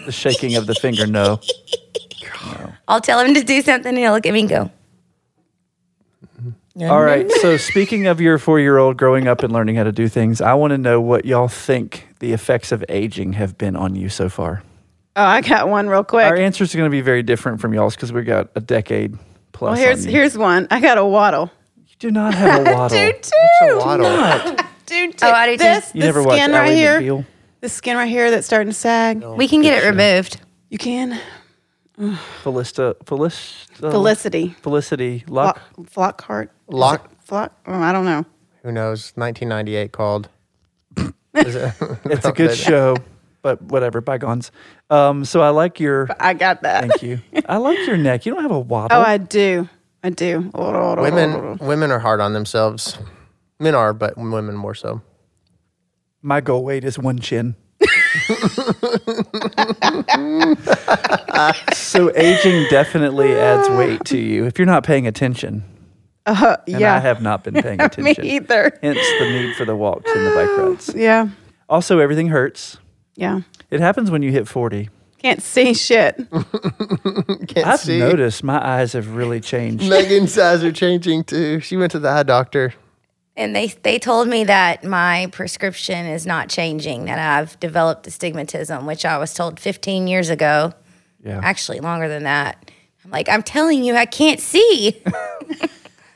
Speaker 4: The shaking of the finger. No.
Speaker 1: I'll tell him to do something and he'll look at me and go,
Speaker 4: All right. So speaking of your four-year-old growing up and learning how to do things, I want to know what y'all think the effects of aging have been on you so far.
Speaker 2: Oh, I got one real quick.
Speaker 4: Our answers are going to be very different from y'all's because we got a decade plus.
Speaker 2: well, here's
Speaker 4: on you.
Speaker 2: here's one. I got a waddle.
Speaker 4: You do not have a waddle.
Speaker 3: It's a waddle.
Speaker 1: Oh, I do
Speaker 2: This
Speaker 4: You
Speaker 2: the
Speaker 4: never watched
Speaker 2: skin right
Speaker 4: Ally
Speaker 2: here.
Speaker 4: McBeal?
Speaker 2: The skin right here that's starting to sag.
Speaker 1: too. We can get it removed.
Speaker 2: You can
Speaker 4: Felista, Felista,
Speaker 2: Felicity
Speaker 4: Felicity Luck.
Speaker 2: Flock, flock cart
Speaker 3: Lock.
Speaker 2: flock. Oh, I don't know.
Speaker 3: Who knows? 1998 called. Is it-
Speaker 4: It's a good show, but whatever, bygones. Um, so I like your.
Speaker 2: I got that.
Speaker 4: Thank you. I like your neck. You don't have a waddle.
Speaker 2: Oh, I do. I do.
Speaker 3: Women, women are hard on themselves. Men are, but women more so.
Speaker 4: My goal weight is one chin. so aging definitely adds weight to you if you're not paying attention.
Speaker 2: Uh,
Speaker 4: And
Speaker 2: yeah.
Speaker 4: I have not been paying
Speaker 2: me
Speaker 4: attention.
Speaker 2: either.
Speaker 4: Hence the need for the walks and the bike rides.
Speaker 2: Yeah.
Speaker 4: Also, everything hurts.
Speaker 2: Yeah.
Speaker 4: It happens when you hit 40.
Speaker 2: Can't see shit.
Speaker 3: Can't
Speaker 4: I've
Speaker 3: see.
Speaker 4: noticed my eyes have really changed.
Speaker 3: Megan's eyes are changing too. She went to the eye doctor.
Speaker 1: And they, they told me that my prescription is not changing, that I've developed astigmatism, which I was told 15 years ago,
Speaker 4: Yeah.
Speaker 1: actually longer than that. I'm like, I'm telling you, I can't see.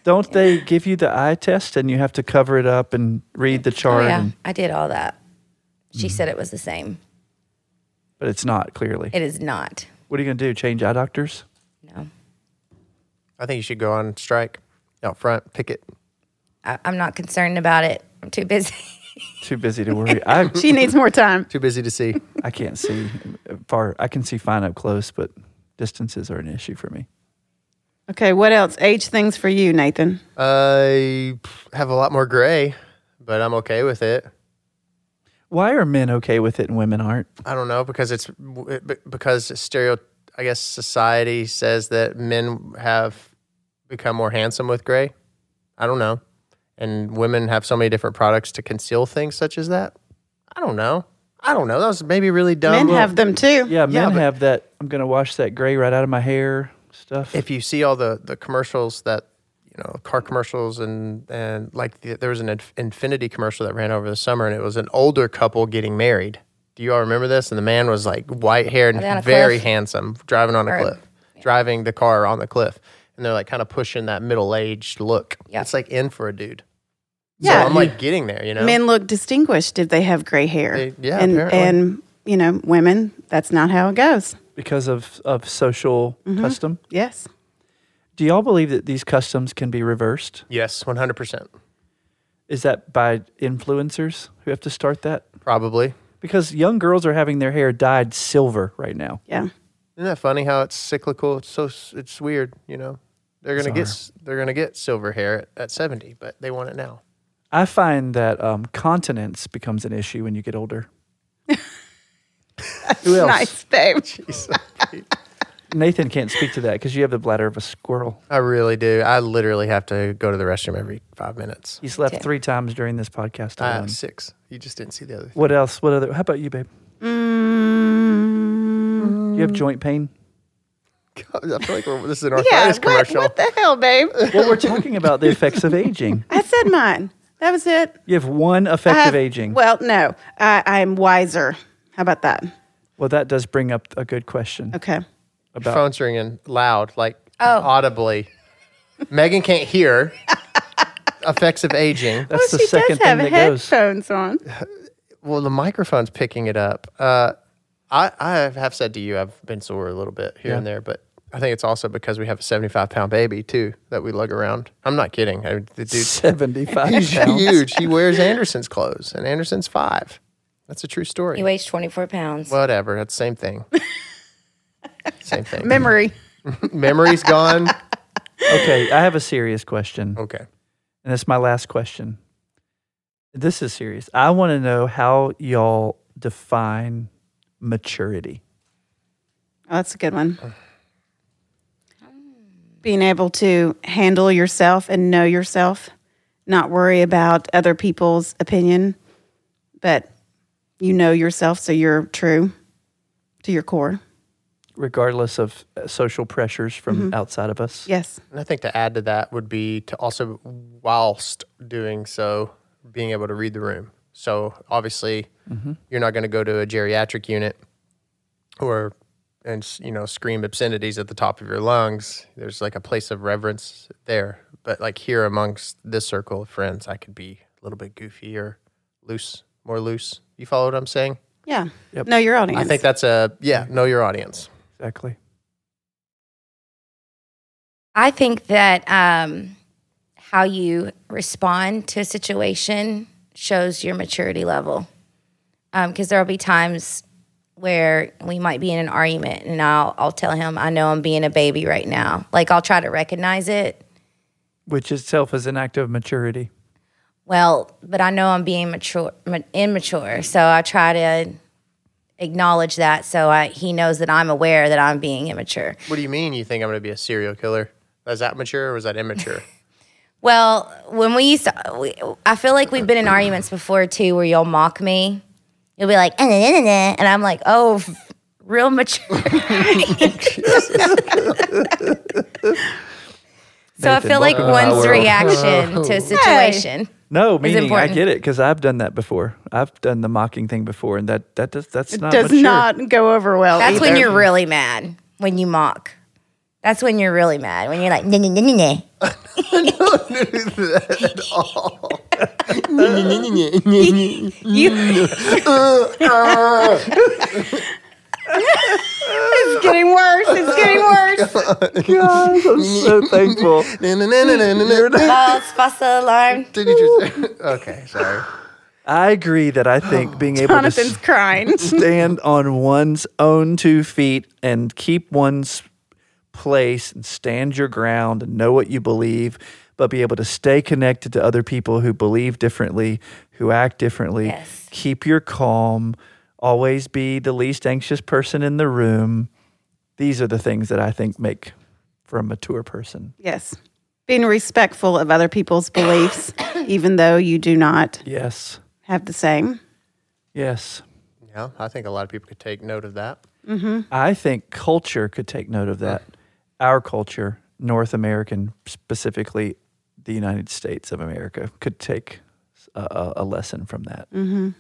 Speaker 4: Don't they give you the eye test and you have to cover it up and read the
Speaker 1: Oh,
Speaker 4: chart?
Speaker 1: yeah,
Speaker 4: and-
Speaker 1: I did all that. She said it was the same.
Speaker 4: but it's not clearly.
Speaker 1: It is not.
Speaker 4: What are you going to do? Change eye doctors?
Speaker 1: No,
Speaker 3: I think you should go on strike out front, picket.
Speaker 1: I, I'm not concerned about it. I'm too busy.
Speaker 4: Too busy to worry. I
Speaker 2: She needs more time.
Speaker 3: Too busy to see.
Speaker 4: I can't see far. I can see fine up close, but distances are an issue for me.
Speaker 2: Okay, what else? Age things for you, Nathan.
Speaker 3: I have a lot more gray, but I'm okay with it.
Speaker 4: Why are men okay with it and women aren't?
Speaker 3: I don't know because it's it- be- because stereo. I guess society says that men have become more handsome with gray. I don't know, and women have so many different products to conceal things such as that. I don't know. I don't know. That was maybe really dumb.
Speaker 2: Men have them too.
Speaker 4: Yeah, men
Speaker 3: but-
Speaker 4: have that. I'm going to wash that gray right out of my hair stuff.
Speaker 3: if you see all the the commercials that you know car commercials and and like the, there was an inf- infinity commercial that ran over the summer and it was an older couple getting married do you all remember this and the man was like white haired
Speaker 1: Are they on a
Speaker 3: and very
Speaker 1: cliff?
Speaker 3: handsome driving on a
Speaker 1: Or-
Speaker 3: cliff driving the car on the cliff and they're like kind of pushing that middle aged look
Speaker 1: Yeah.
Speaker 3: it's like in for a dude
Speaker 2: Yeah.
Speaker 3: so i'm like getting there you know
Speaker 2: Men look distinguished if they have gray hair.
Speaker 3: They- yeah,
Speaker 2: and
Speaker 3: apparently.
Speaker 2: and you know, women, that's not how it goes.
Speaker 4: because of of social custom.
Speaker 2: Yes.
Speaker 4: Do y'all believe that these customs can be reversed?
Speaker 3: yes 100%
Speaker 4: Is that by influencers who have to start that?
Speaker 3: probably
Speaker 4: Because young girls are having their hair dyed silver right now.
Speaker 2: Yeah.
Speaker 3: Isn't that funny how it's cyclical? It's so s- it's weird, you know. They're gonna get s- they're gonna get silver hair at, at seventy, but they want it now.
Speaker 4: I find that um, continence becomes an issue when you get older. Who else?
Speaker 2: Nice babe.
Speaker 4: Nathan can't speak to that because you have the bladder of a squirrel.
Speaker 3: I really do. I literally have to go to the restroom every five minutes.
Speaker 4: He's left
Speaker 1: Okay.
Speaker 4: three times during this podcast
Speaker 3: I
Speaker 4: alone.
Speaker 3: have six. You just didn't see the other.
Speaker 4: what else? What other? How about you, babe?
Speaker 2: Mm.
Speaker 4: You have joint pain.
Speaker 3: I feel like we're, this is an arthritis
Speaker 2: Yeah. What,
Speaker 3: commercial.
Speaker 2: what the hell, babe?
Speaker 4: Well, we're talking about the effects of aging.
Speaker 2: I said mine. That was it.
Speaker 4: You have one
Speaker 2: I
Speaker 4: effect
Speaker 2: have-
Speaker 4: of aging. Well,
Speaker 2: Well, no. I, I'm wiser. How about that?
Speaker 4: that does bring up a good question.
Speaker 2: Okay.
Speaker 3: Your phone's ringing loud, like
Speaker 1: Oh.
Speaker 3: audibly. Megan can't hear. Effects of aging.
Speaker 4: That's
Speaker 2: well,
Speaker 4: the
Speaker 2: she
Speaker 4: second
Speaker 2: does have
Speaker 4: thing that goes.
Speaker 2: headphones on.
Speaker 3: Well, the microphone's picking it up. Uh, I I have said to you, I've been sore a little bit here and there, but I think it's also because we have a seventy-five pound baby too that we lug around. I'm not kidding. I, the dude,
Speaker 4: Seventy-five
Speaker 3: he's
Speaker 4: pounds.
Speaker 3: huge. He wears Anderson's clothes, and Anderson's five. That's a true story.
Speaker 1: He weighs 24 pounds.
Speaker 3: Whatever. That's the same thing. same thing.
Speaker 2: Memory.
Speaker 3: Memory's gone.
Speaker 4: Okay, I have a serious question,
Speaker 3: Okay.
Speaker 4: and it's my last question. This is serious. I want to know how y'all define maturity.
Speaker 2: Oh, that's a good one. being able to handle yourself and know yourself, not worry about other people's opinion, but you know yourself, so you're true to your core.
Speaker 4: regardless of uh, social pressures from outside of us.
Speaker 2: Yes.
Speaker 3: And I think to add to that would be to also, whilst doing so, being able to read the room. So obviously, you're not going to go to a geriatric unit or and s- you know scream obscenities at the top of your lungs. There's like a place of reverence there, but like here amongst this circle of friends, I could be a little bit goofy or loose, more loose. You follow what I'm saying?
Speaker 2: Yeah. Know your audience.
Speaker 3: I think that's a yeah. Know your audience.
Speaker 4: Exactly.
Speaker 1: I think that um, how you respond to a situation shows your maturity level. Because there'll be times where we might be in an argument, and I'll I'll tell him I know I'm being a baby right now. Like I'll try to recognize it.
Speaker 4: Which itself is an act of maturity.
Speaker 1: Well, but I know I'm being mature, ma- immature, so I try to acknowledge that. So I, he knows that I'm aware that I'm being immature.
Speaker 3: What do you mean? You think I'm going to be a serial killer? Is that mature or is that immature?
Speaker 1: Well, when we used to, we, I feel like we've been in arguments before too, where you'll mock me. You'll be like, "Eh, eh, eh, eh," and I'm like, oh, f- real mature. so I
Speaker 4: Nathan,
Speaker 1: feel like
Speaker 4: welcome to my
Speaker 1: one's
Speaker 4: world.
Speaker 1: reaction to a situation.
Speaker 4: No, meaning I
Speaker 1: important.
Speaker 4: get it because I've done that before. I've done the mocking thing before, and that that does that's not
Speaker 2: does
Speaker 4: mature.
Speaker 2: not go over well.
Speaker 1: That's when
Speaker 2: either.
Speaker 1: you're really mad when you mock. That's when you're really mad when you're like, nah, nah, nah, nah, nah. You-
Speaker 2: It's getting worse. It's getting worse.
Speaker 4: God, I'm so thankful.
Speaker 1: false false alarm.
Speaker 3: okay, sorry.
Speaker 4: I agree that I think being able to
Speaker 2: Jonathan's crying.
Speaker 4: stand on one's own two feet and keep one's place and stand your ground and know what you believe, but be able to stay connected to other people who believe differently, who act differently.
Speaker 1: Yes.
Speaker 4: Keep your calm, always be the least anxious person in the room. These are the things that I think make for a mature person.
Speaker 2: Yes. Being respectful of other people's beliefs, even though you do not
Speaker 4: Yes.
Speaker 2: have the same.
Speaker 4: Yes.
Speaker 3: Yeah, I think a lot of people could take note of that.
Speaker 4: I think culture could take note of that. Our culture, North American, specifically the United States of America, could take a, a, a lesson from that. Mm-hmm.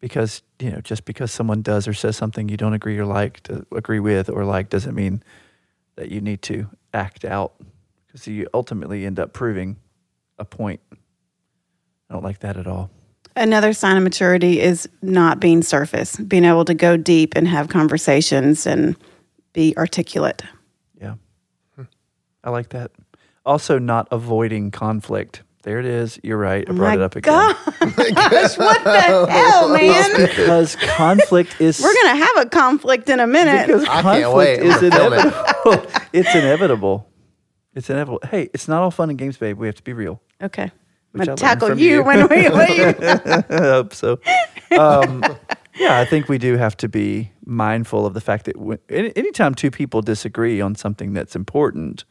Speaker 4: Because you know, just because someone does or says something you don't agree or like to agree with or like doesn't mean that you need to act out. Because you ultimately end up proving a point. I don't like that at all.
Speaker 2: Another sign of maturity is not being surface, being able to go deep and have conversations and be articulate.
Speaker 4: Yeah. I like that. Also, not avoiding conflict. There it is. You're right. I brought it up again.
Speaker 2: What the hell, man?
Speaker 4: Because conflict is.
Speaker 2: Oh, We're going to have a conflict in a minute.
Speaker 4: because
Speaker 3: I
Speaker 4: conflict
Speaker 3: can't wait.
Speaker 4: is
Speaker 3: I'm filming.
Speaker 4: inevitable. it's inevitable. It's inevitable. Hey, it's not all fun and games, babe. We have to be real.
Speaker 2: Okay. I'm
Speaker 4: Which I
Speaker 2: going
Speaker 4: learned
Speaker 2: to tackle
Speaker 4: from
Speaker 2: you
Speaker 4: you.
Speaker 2: when we leave.
Speaker 4: I hope so. Um, yeah, I think we do have to be mindful of the fact that when, any, anytime two people disagree on something that's important,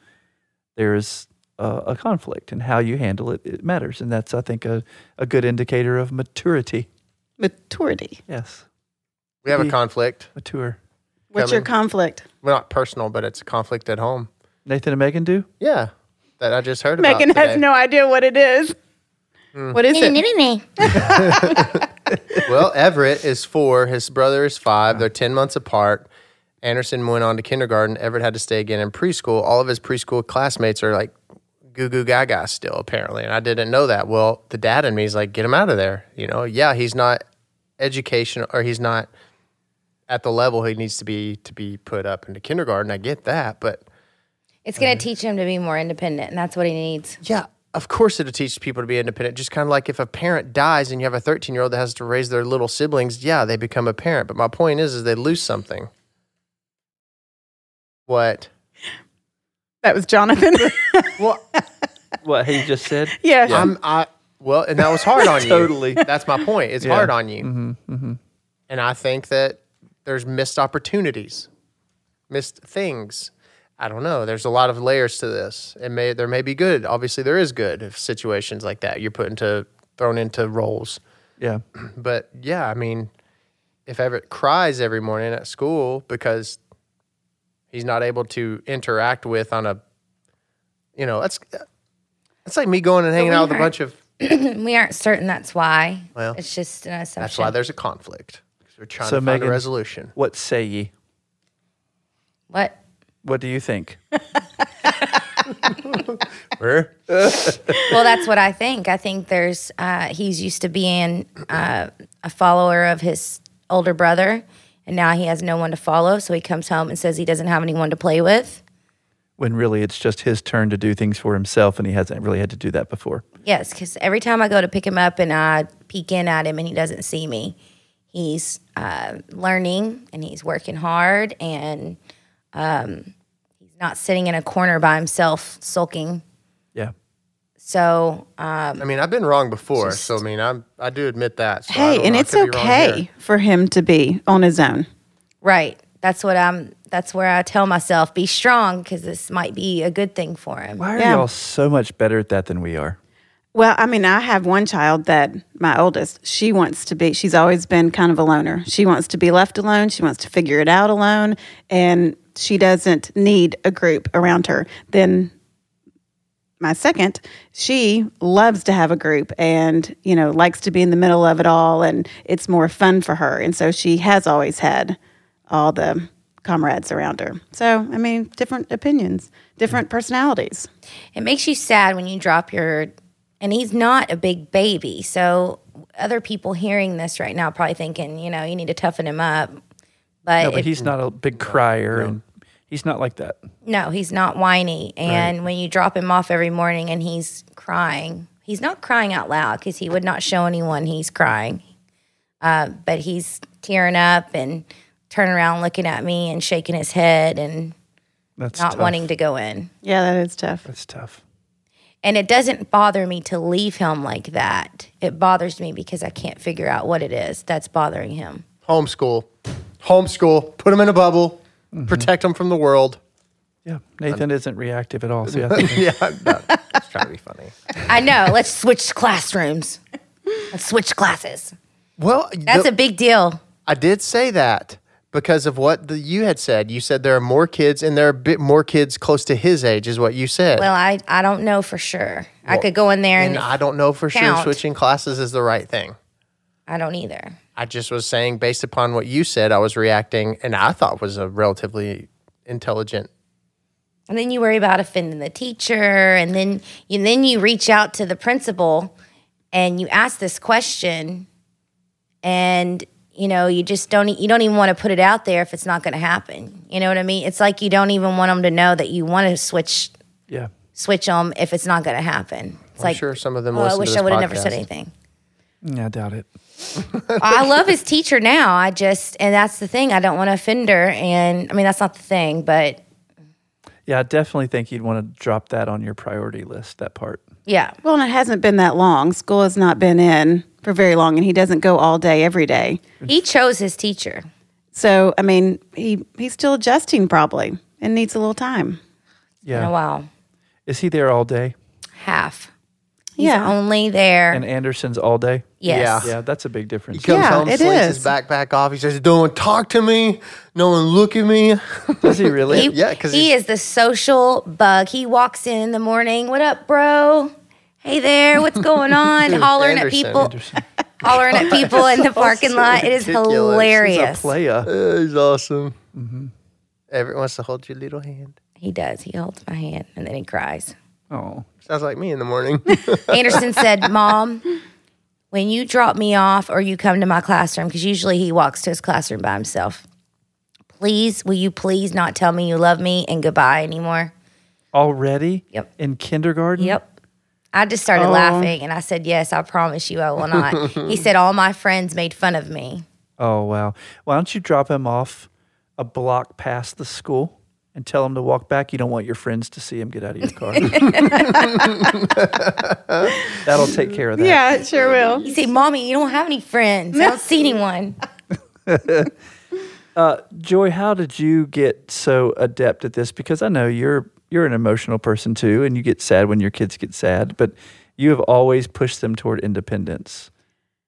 Speaker 4: there is uh, a conflict, and how you handle it, it matters. And that's, I think, a, a good indicator of maturity.
Speaker 2: Maturity.
Speaker 4: Yes,
Speaker 3: We have a
Speaker 4: Yeah.
Speaker 3: conflict.
Speaker 4: mature.
Speaker 2: What's your conflict?
Speaker 3: Well, not personal, but it's a conflict at home.
Speaker 4: Nathan and Megan do?
Speaker 3: Yeah, that I just heard
Speaker 2: Megan
Speaker 3: about.
Speaker 2: has no idea what it is. What is it?
Speaker 3: well, Everett is four. His brother is five. They're ten months apart. Anderson went on to kindergarten. Everett had to stay again in preschool. All of his preschool classmates are like goo goo gaga still, apparently. And I didn't know that. Well, the dad in me is like, get him out of there. You know, yeah, he's not educational or he's not at the level he needs to be to be put up into kindergarten. I get that, but
Speaker 1: It's gonna teach him to be more independent, and that's what he needs.
Speaker 3: Yeah, of course it'll teach people to be independent. Just kind of like if a parent dies and you have a 13 year old that has to raise their little siblings, yeah, they become a parent. But my point is, is they lose something. What?
Speaker 2: That was Jonathan.
Speaker 3: Well,
Speaker 4: What he just said?
Speaker 2: yeah.
Speaker 3: I'm I. Well, and that was hard on you.
Speaker 4: Totally.
Speaker 3: That's my point. It's hard on you.
Speaker 4: Mm-hmm, mm-hmm.
Speaker 3: And I think that there's missed opportunities, missed things. I don't know. There's a lot of layers to this. It may there may be good. Obviously, there is good if situations like that you're put into thrown into roles.
Speaker 4: Yeah.
Speaker 3: But yeah, I mean, if Everett cries every morning at school because he's not able to interact with on a, you know, that's that's like me going and hanging
Speaker 1: we
Speaker 3: out with a
Speaker 1: aren't-
Speaker 3: bunch of.
Speaker 1: we aren't certain that's why.
Speaker 3: Well,
Speaker 1: it's just an assumption.
Speaker 3: That's why there's a conflict. 'Cause We're trying to
Speaker 4: So,
Speaker 3: find
Speaker 4: Megan-
Speaker 3: a resolution.
Speaker 4: What say ye?
Speaker 1: what
Speaker 4: What do you think?
Speaker 3: We're
Speaker 1: well, that's what I think. I think there's uh, he's used to being uh, a follower of his older brother, and now he has no one to follow. So he comes home and says he doesn't have anyone to play with.
Speaker 4: When really it's just his turn to do things for himself, and he hasn't really had to do that before.
Speaker 1: Yes, because every time I go to pick him up and I peek in at him and he doesn't see me, he's uh, learning and he's working hard and um, he's not sitting in a corner by himself sulking.
Speaker 4: Yeah.
Speaker 1: So
Speaker 3: I mean, I've been wrong before, so I mean, I'm I do admit that. so I
Speaker 2: Hey,
Speaker 3: don't
Speaker 2: and
Speaker 3: know, I
Speaker 2: it's
Speaker 3: could be wrong here.
Speaker 2: okay for him to be on his own.
Speaker 1: Right. That's what I'm. That's where I tell myself, be strong, because this might be a good thing for him.
Speaker 4: Why are
Speaker 2: Yeah.
Speaker 4: y'all so much better at that than we are?
Speaker 2: Well, I mean, I have one child that my oldest, she wants to be, she's always been kind of a loner. She wants to be left alone. She wants to figure it out alone. And she doesn't need a group around her. Then my second, she loves to have a group and, you know, likes to be in the middle of it all. And it's more fun for her. And so she has always had all the comrades around her. So, I mean, different opinions, different personalities.
Speaker 1: It makes you sad when you drop your. And he's not a big baby, so other people hearing this right now probably thinking, you know, you need to toughen him up. But,
Speaker 4: No, but
Speaker 1: it-
Speaker 4: he's not a big crier, and he's not like that.
Speaker 1: no, he's not whiny. And when you drop him off every morning and he's crying, he's not crying out loud because he would not show anyone he's crying. Uh, but he's tearing up and turning around looking at me and shaking his head and
Speaker 4: That's
Speaker 1: not
Speaker 4: tough.
Speaker 1: wanting to go in.
Speaker 2: Yeah, that is tough.
Speaker 4: That's tough.
Speaker 1: And it doesn't bother me to leave him like that. It bothers me because I can't figure out what it is that's bothering him.
Speaker 3: Homeschool, homeschool. Put them in a bubble.
Speaker 4: Mm-hmm.
Speaker 3: Protect them from the world.
Speaker 4: Yeah, Nathan isn't reactive at all. So yeah, I think-
Speaker 3: yeah, I'm not. Just trying to be funny.
Speaker 1: I know. let's switch classrooms. Let's switch classes.
Speaker 3: Well,
Speaker 1: That's
Speaker 3: the-
Speaker 1: a big deal.
Speaker 3: I did say that because of what the, you had said. You said there are more kids, and there are bit more kids close to his age, is what you said.
Speaker 1: Well, I, I don't know for sure. I could go in there and,
Speaker 3: and I don't know for
Speaker 1: count.
Speaker 3: sure switching classes is the right thing.
Speaker 1: I don't either.
Speaker 3: I just was saying, based upon what you said, I was reacting, and I thought was a relatively intelligent.
Speaker 1: And then you worry about offending the teacher, and then you then you reach out to the principal and you ask this question, and you know you just don't e- you don't even want to put it out there if it's not going to happen. You know what I mean? It's like you don't even want them to know that you want to switch
Speaker 4: yeah.
Speaker 1: switch them if it's not going to happen. It's
Speaker 3: I'm
Speaker 1: like
Speaker 3: sure some of them.
Speaker 1: oh, I
Speaker 3: listen
Speaker 1: wish
Speaker 3: to
Speaker 1: I
Speaker 3: this
Speaker 1: would have never
Speaker 3: podcast.
Speaker 1: said anything.
Speaker 4: Yeah, I doubt it.
Speaker 1: I love his teacher now. I just and that's the thing. I don't want to offend her, and I mean that's not the thing, but
Speaker 4: Yeah, I definitely think you'd want to drop that on your priority list. That part.
Speaker 1: yeah.
Speaker 2: Well, and it hasn't been that long. School has not been in for very long, and he doesn't go all day every day.
Speaker 1: He chose his teacher.
Speaker 2: So, I mean, he he's still adjusting probably and needs a little time.
Speaker 1: in a
Speaker 4: Yeah.
Speaker 1: while.
Speaker 4: Is he there all day?
Speaker 1: Half.
Speaker 2: yeah,
Speaker 1: Only there.
Speaker 4: And Anderson's all day. Ah,
Speaker 1: yes.
Speaker 4: Yeah, that's a big difference.
Speaker 3: He comes
Speaker 2: Yeah,
Speaker 3: home,
Speaker 2: it
Speaker 3: slings
Speaker 2: is.
Speaker 3: his backpack off. He says, "No one talk to me. No one look at me."
Speaker 4: Does he really?
Speaker 1: He,
Speaker 3: Yeah, 'cause
Speaker 1: he
Speaker 3: he's-
Speaker 1: is the social bug. He walks in in the morning. What up, bro? Hey there, what's going on? hollering at
Speaker 3: Anderson.
Speaker 1: people, hollering at people in the parking lot. It is
Speaker 3: ridiculous. He's a
Speaker 1: hilarious.
Speaker 4: Playa.
Speaker 3: Uh, He's awesome. Everyone wants to hold your little hand.
Speaker 1: He does. He holds my hand and then he cries.
Speaker 4: Oh,
Speaker 3: Sounds like me in the morning.
Speaker 1: Anderson said, "Mom, when you drop me off or you come to my classroom, because usually he walks to his classroom by himself. Please, will you please not tell me you love me and goodbye anymore?"
Speaker 4: already?
Speaker 1: Yep.
Speaker 4: In kindergarten?
Speaker 1: Yep. I just started laughing and I said, Yes, I promise you I will not. he said, All my friends made fun of me.
Speaker 4: Oh wow. Why don't you drop him off a block past the school and tell him to walk back? You don't want your friends to see him get out of your car. That'll take care of that.
Speaker 2: yeah, it sure will.
Speaker 1: He said, Mommy, you don't have any friends. I don't see anyone.
Speaker 4: Uh, Joy, how did you get so adept at this? Because I know you're you're an emotional person too, and you get sad when your kids get sad, but you have always pushed them toward independence.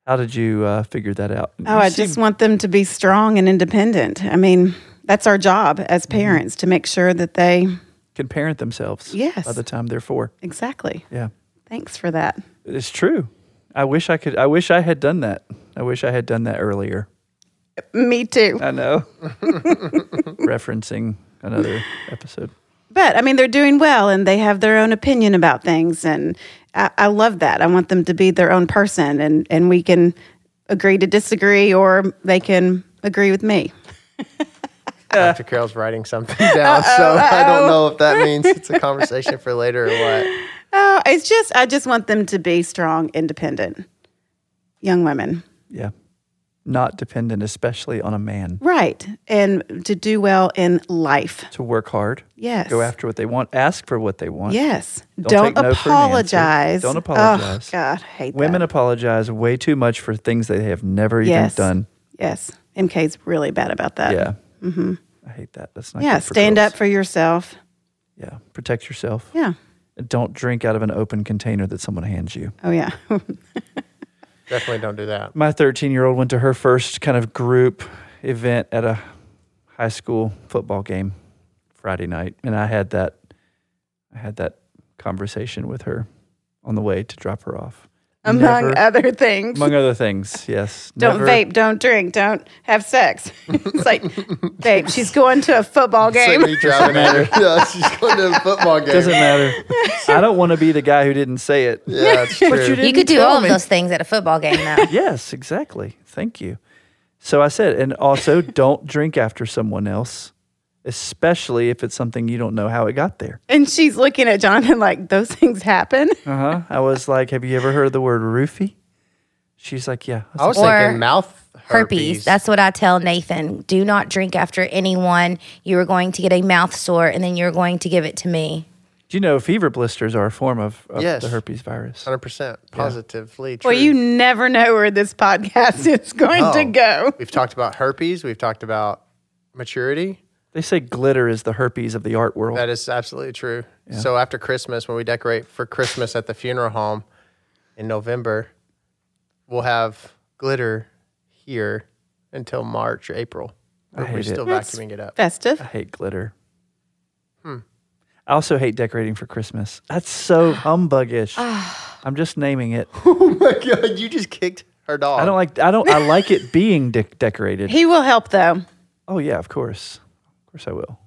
Speaker 4: How did you uh, figure that out?
Speaker 2: Oh, I just want them to be strong and independent. I mean, that's our job as parents to make sure that they
Speaker 4: can parent themselves.
Speaker 2: Yes.
Speaker 4: By the time they're four.
Speaker 2: exactly.
Speaker 4: Yeah.
Speaker 2: Thanks for that.
Speaker 4: It's true. I wish I could. I wish I had done that. I wish I had done that earlier.
Speaker 2: Me too.
Speaker 4: I know. Referencing another episode.
Speaker 2: But I mean, they're doing well and they have their own opinion about things. And I, I love that. I want them to be their own person and, and we can agree to disagree or they can agree with me.
Speaker 3: Dr. Carroll's writing something down, so I don't know if that means it's a conversation for later or what.
Speaker 2: Oh, it's just, I just want them to be strong, independent young women.
Speaker 4: Yeah. Not dependent, especially on a man,
Speaker 2: Right. And to do well in life.
Speaker 4: to work hard.
Speaker 2: Yes.
Speaker 4: Go after what they want. Ask for what they want.
Speaker 2: Yes.
Speaker 4: Don't
Speaker 2: Don't,
Speaker 4: take no for an answer.
Speaker 2: apologize.
Speaker 4: Don't
Speaker 2: Oh,
Speaker 4: apologize.
Speaker 2: God, I hate
Speaker 4: Women
Speaker 2: that.
Speaker 4: apologize way too much for things they have never even
Speaker 2: yes.
Speaker 4: done.
Speaker 2: Yes. MK's really bad about that.
Speaker 4: Yeah. Mm-hmm. I hate that. That's not.
Speaker 2: Yeah.
Speaker 4: good for
Speaker 2: Stand
Speaker 4: girls.
Speaker 2: up for yourself.
Speaker 4: Yeah. Protect yourself.
Speaker 2: Yeah.
Speaker 4: Don't drink out of an open container that someone hands you.
Speaker 2: Oh, yeah.
Speaker 3: Definitely don't do that.
Speaker 4: my 13 year old went to her first kind of group event at a high school football game Friday night and I had that I had that conversation with her on the way to drop her off
Speaker 2: among
Speaker 4: Never-
Speaker 2: other things.
Speaker 4: among other things yes
Speaker 2: don't
Speaker 4: Never-
Speaker 2: vape, don't drink, don't have sex. it's like, babe, she's going to a football
Speaker 3: So
Speaker 2: game.
Speaker 3: you driving at her. Yeah, she's going to a football game.
Speaker 4: doesn't matter I don't want to be the guy who didn't say it
Speaker 3: yeah, that's true.
Speaker 4: you
Speaker 1: You
Speaker 4: didn't
Speaker 1: could do
Speaker 4: tell
Speaker 1: all
Speaker 4: me.
Speaker 1: of those things at a football game, though.
Speaker 4: yes exactly thank you so I said and also don't drink after someone else especially if it's something you don't know how it got there
Speaker 2: And she's looking at Jonathan like, those things happen.
Speaker 3: Uh-huh.
Speaker 4: Uh huh. I was like, "Have you ever heard of the word roofie?" She's like, "Yeah."
Speaker 3: I was
Speaker 4: like,
Speaker 1: Or
Speaker 3: thinking mouth
Speaker 1: herpes.
Speaker 3: herpes.
Speaker 1: That's what I tell Nathan. Do not drink after anyone. You are going to get a mouth sore and then you're going to give it to me.
Speaker 4: "Do you know fever blisters are a form of, of
Speaker 3: Yes.
Speaker 4: the herpes virus?"
Speaker 3: 100% positively true.
Speaker 2: Well, you never know where this podcast is going to
Speaker 3: Oh.
Speaker 2: go.
Speaker 3: We've talked about herpes. We've talked about maturity.
Speaker 4: They say glitter is the herpes of the art world.
Speaker 3: That is absolutely true. So after Christmas, when we decorate for Christmas at the funeral home in November, we'll have glitter here until March or April. We're
Speaker 4: hate it.
Speaker 3: still vacuuming it up.
Speaker 2: Festive.
Speaker 4: I hate glitter.
Speaker 3: Hmm.
Speaker 4: I also hate decorating for Christmas. That's so humbugish.
Speaker 3: Ah.
Speaker 4: I'm just naming it.
Speaker 3: Oh my god! You just kicked her dog.
Speaker 4: I don't like. I don't. I like it being de- decorated.
Speaker 2: He will help though.
Speaker 4: Oh yeah, of course, of course I will.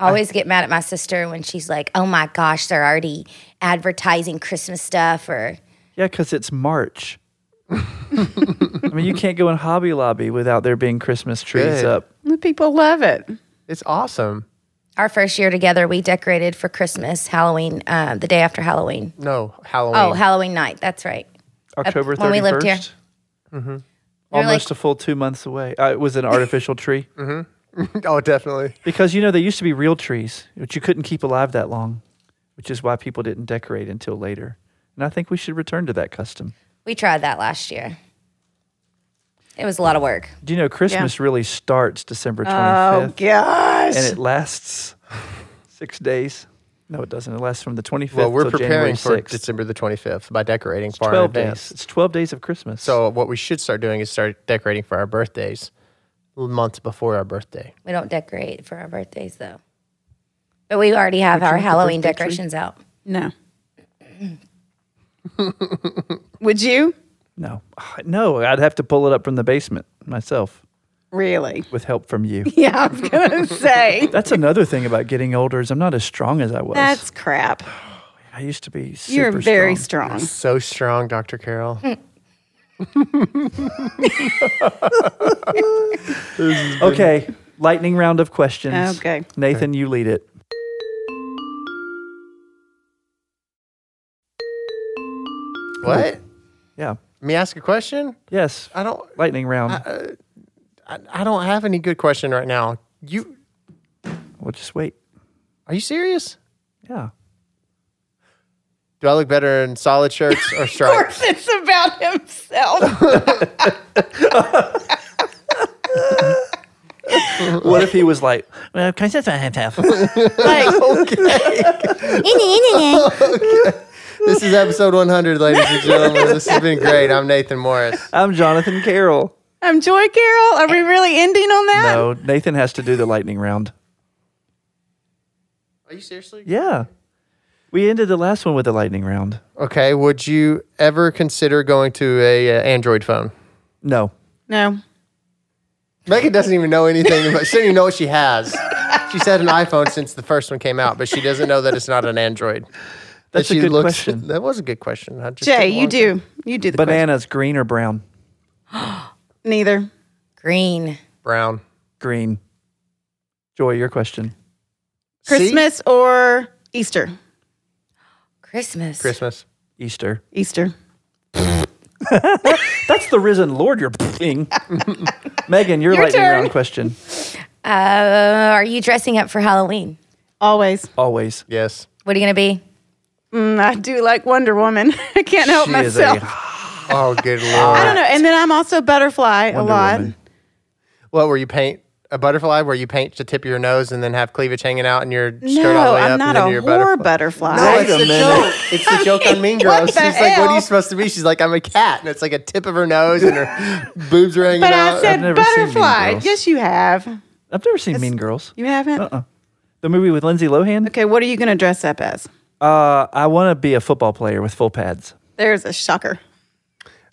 Speaker 1: I always get mad at my sister when she's like, oh my gosh, they're already advertising Christmas stuff or
Speaker 4: Yeah, because it's March. I mean, you can't go in Hobby Lobby without there being Christmas trees
Speaker 3: Good.
Speaker 4: up.
Speaker 2: The people love it.
Speaker 3: It's awesome.
Speaker 1: our first year together, we decorated for Christmas, Halloween, uh, the day after Halloween.
Speaker 3: No Halloween.
Speaker 1: Oh, Halloween night. That's right.
Speaker 4: October 31st.
Speaker 1: when we lived here. We were
Speaker 4: Almost
Speaker 1: like-
Speaker 4: a full two months away. Uh, it was an artificial tree
Speaker 3: oh, definitely.
Speaker 4: because you know they used to be real trees, which you couldn't keep alive that long, which is why people didn't decorate until later. And I think we should return to that custom.
Speaker 1: We tried that last year. It was a lot of work.
Speaker 4: Do you know Christmas really starts December 25th
Speaker 2: Oh gosh.
Speaker 4: and it lasts six days? No, it doesn't. It lasts from the 25th
Speaker 3: Well, we're
Speaker 4: till
Speaker 3: preparing
Speaker 4: January
Speaker 3: for
Speaker 4: 6th.
Speaker 3: December the twenty fifth by decorating far in
Speaker 4: 12
Speaker 3: advance.
Speaker 4: days. It's 12 days of Christmas.
Speaker 3: So what we should start doing is start decorating for our birthdays months before our birthday.
Speaker 1: We don't decorate for our birthdays though. But we already have our Halloween decorations out.
Speaker 2: no. Would you?
Speaker 4: no, no, I'd have to pull it up from the basement myself
Speaker 2: Really?
Speaker 4: with help from you.
Speaker 2: Yeah, I was gonna say.
Speaker 4: That's another thing about getting older is I'm not as strong as I was.
Speaker 2: That's crap.
Speaker 4: I used to be super
Speaker 2: You're very
Speaker 4: strong.
Speaker 2: strong.
Speaker 3: So strong, Dr. Carroll.
Speaker 4: Okay, lightning round of questions.
Speaker 2: Okay.
Speaker 4: Nathan, you lead it.
Speaker 3: what?
Speaker 4: Yeah.
Speaker 3: Me ask a question?
Speaker 4: Yes.
Speaker 3: I don't
Speaker 4: Lightning round.
Speaker 2: Uh,
Speaker 3: I, I don't have any good question right now. You
Speaker 4: we'll just wait.
Speaker 3: are you serious?
Speaker 4: Yeah.
Speaker 3: Do I look better in solid shirts or stripes?
Speaker 2: It's about himself.
Speaker 4: what if he was like, well, can I say something?
Speaker 1: Like,
Speaker 3: This is episode 100, ladies and gentlemen. This has been great. I'm Nathan Morris.
Speaker 4: I'm Jonathan Carroll.
Speaker 2: I'm Um, Joy Carol. Are we really ending on that?
Speaker 4: No, Nathan has to do the lightning round.
Speaker 3: Are you seriously?
Speaker 4: Yeah. We ended the last one with the lightning round.
Speaker 3: Okay. Would you ever consider going to a uh, Android phone?
Speaker 4: No.
Speaker 2: No.
Speaker 3: Megan doesn't even know anything. About, she doesn't even know what she has. She's had an iPhone since the first one came out, but she doesn't know that it's not an Android.
Speaker 4: That's
Speaker 3: that
Speaker 4: a
Speaker 3: she
Speaker 4: good
Speaker 3: looks-
Speaker 4: question.
Speaker 3: That was a good question. I just
Speaker 2: Jay,
Speaker 3: didn't
Speaker 2: you
Speaker 3: want-
Speaker 2: do. You do the question.
Speaker 4: Bananas, green or brown?
Speaker 2: Neither.
Speaker 1: green.
Speaker 3: Brown.
Speaker 4: Green. Joy, your question.
Speaker 3: See?
Speaker 2: Christmas or Easter?
Speaker 1: Christmas.
Speaker 3: Christmas.
Speaker 4: Easter.
Speaker 2: Easter.
Speaker 4: That's the risen Lord you're thing. Megan, your, lightning
Speaker 2: turn.
Speaker 4: round question.
Speaker 1: Uh, are you dressing up for Halloween?
Speaker 2: Always.
Speaker 4: Always.
Speaker 3: Yes.
Speaker 1: What are you gonna be?
Speaker 2: Mm, I do like Wonder Woman. I can't help
Speaker 4: She is
Speaker 2: myself.
Speaker 4: a
Speaker 3: Oh, good lord.
Speaker 2: I don't know. And then I'm also butterfly a
Speaker 4: Wonder
Speaker 2: lot.
Speaker 4: Woman.
Speaker 3: What were you paint? A butterfly where you paint the tip of your nose and then have cleavage hanging out and your skirt all the
Speaker 2: No,
Speaker 3: way up
Speaker 2: I'm
Speaker 3: and
Speaker 2: not a
Speaker 3: then you're
Speaker 2: whore
Speaker 3: a
Speaker 2: butterfly.
Speaker 3: butterfly. No,
Speaker 4: Wait
Speaker 3: it's
Speaker 4: a
Speaker 3: the
Speaker 4: minute.
Speaker 3: joke. It's the joke on Mean Girls.
Speaker 2: what
Speaker 3: She's
Speaker 2: the
Speaker 3: like, "What are you
Speaker 2: hell?"
Speaker 3: supposed to be?" She's like, "I'm a cat," and it's like a tip of her nose and her boobs are hanging
Speaker 2: But
Speaker 3: out.
Speaker 2: I said
Speaker 4: never seen Mean
Speaker 2: butterfly.
Speaker 4: Girls.
Speaker 2: Yes, you have.
Speaker 4: I've never seen Mean Girls.
Speaker 2: You haven't?
Speaker 3: Uh-uh.
Speaker 4: The movie with Lindsay Lohan.
Speaker 2: Okay, what are you going to dress up as?
Speaker 4: Uh, I want to be a football player with full pads.
Speaker 2: There's a shocker.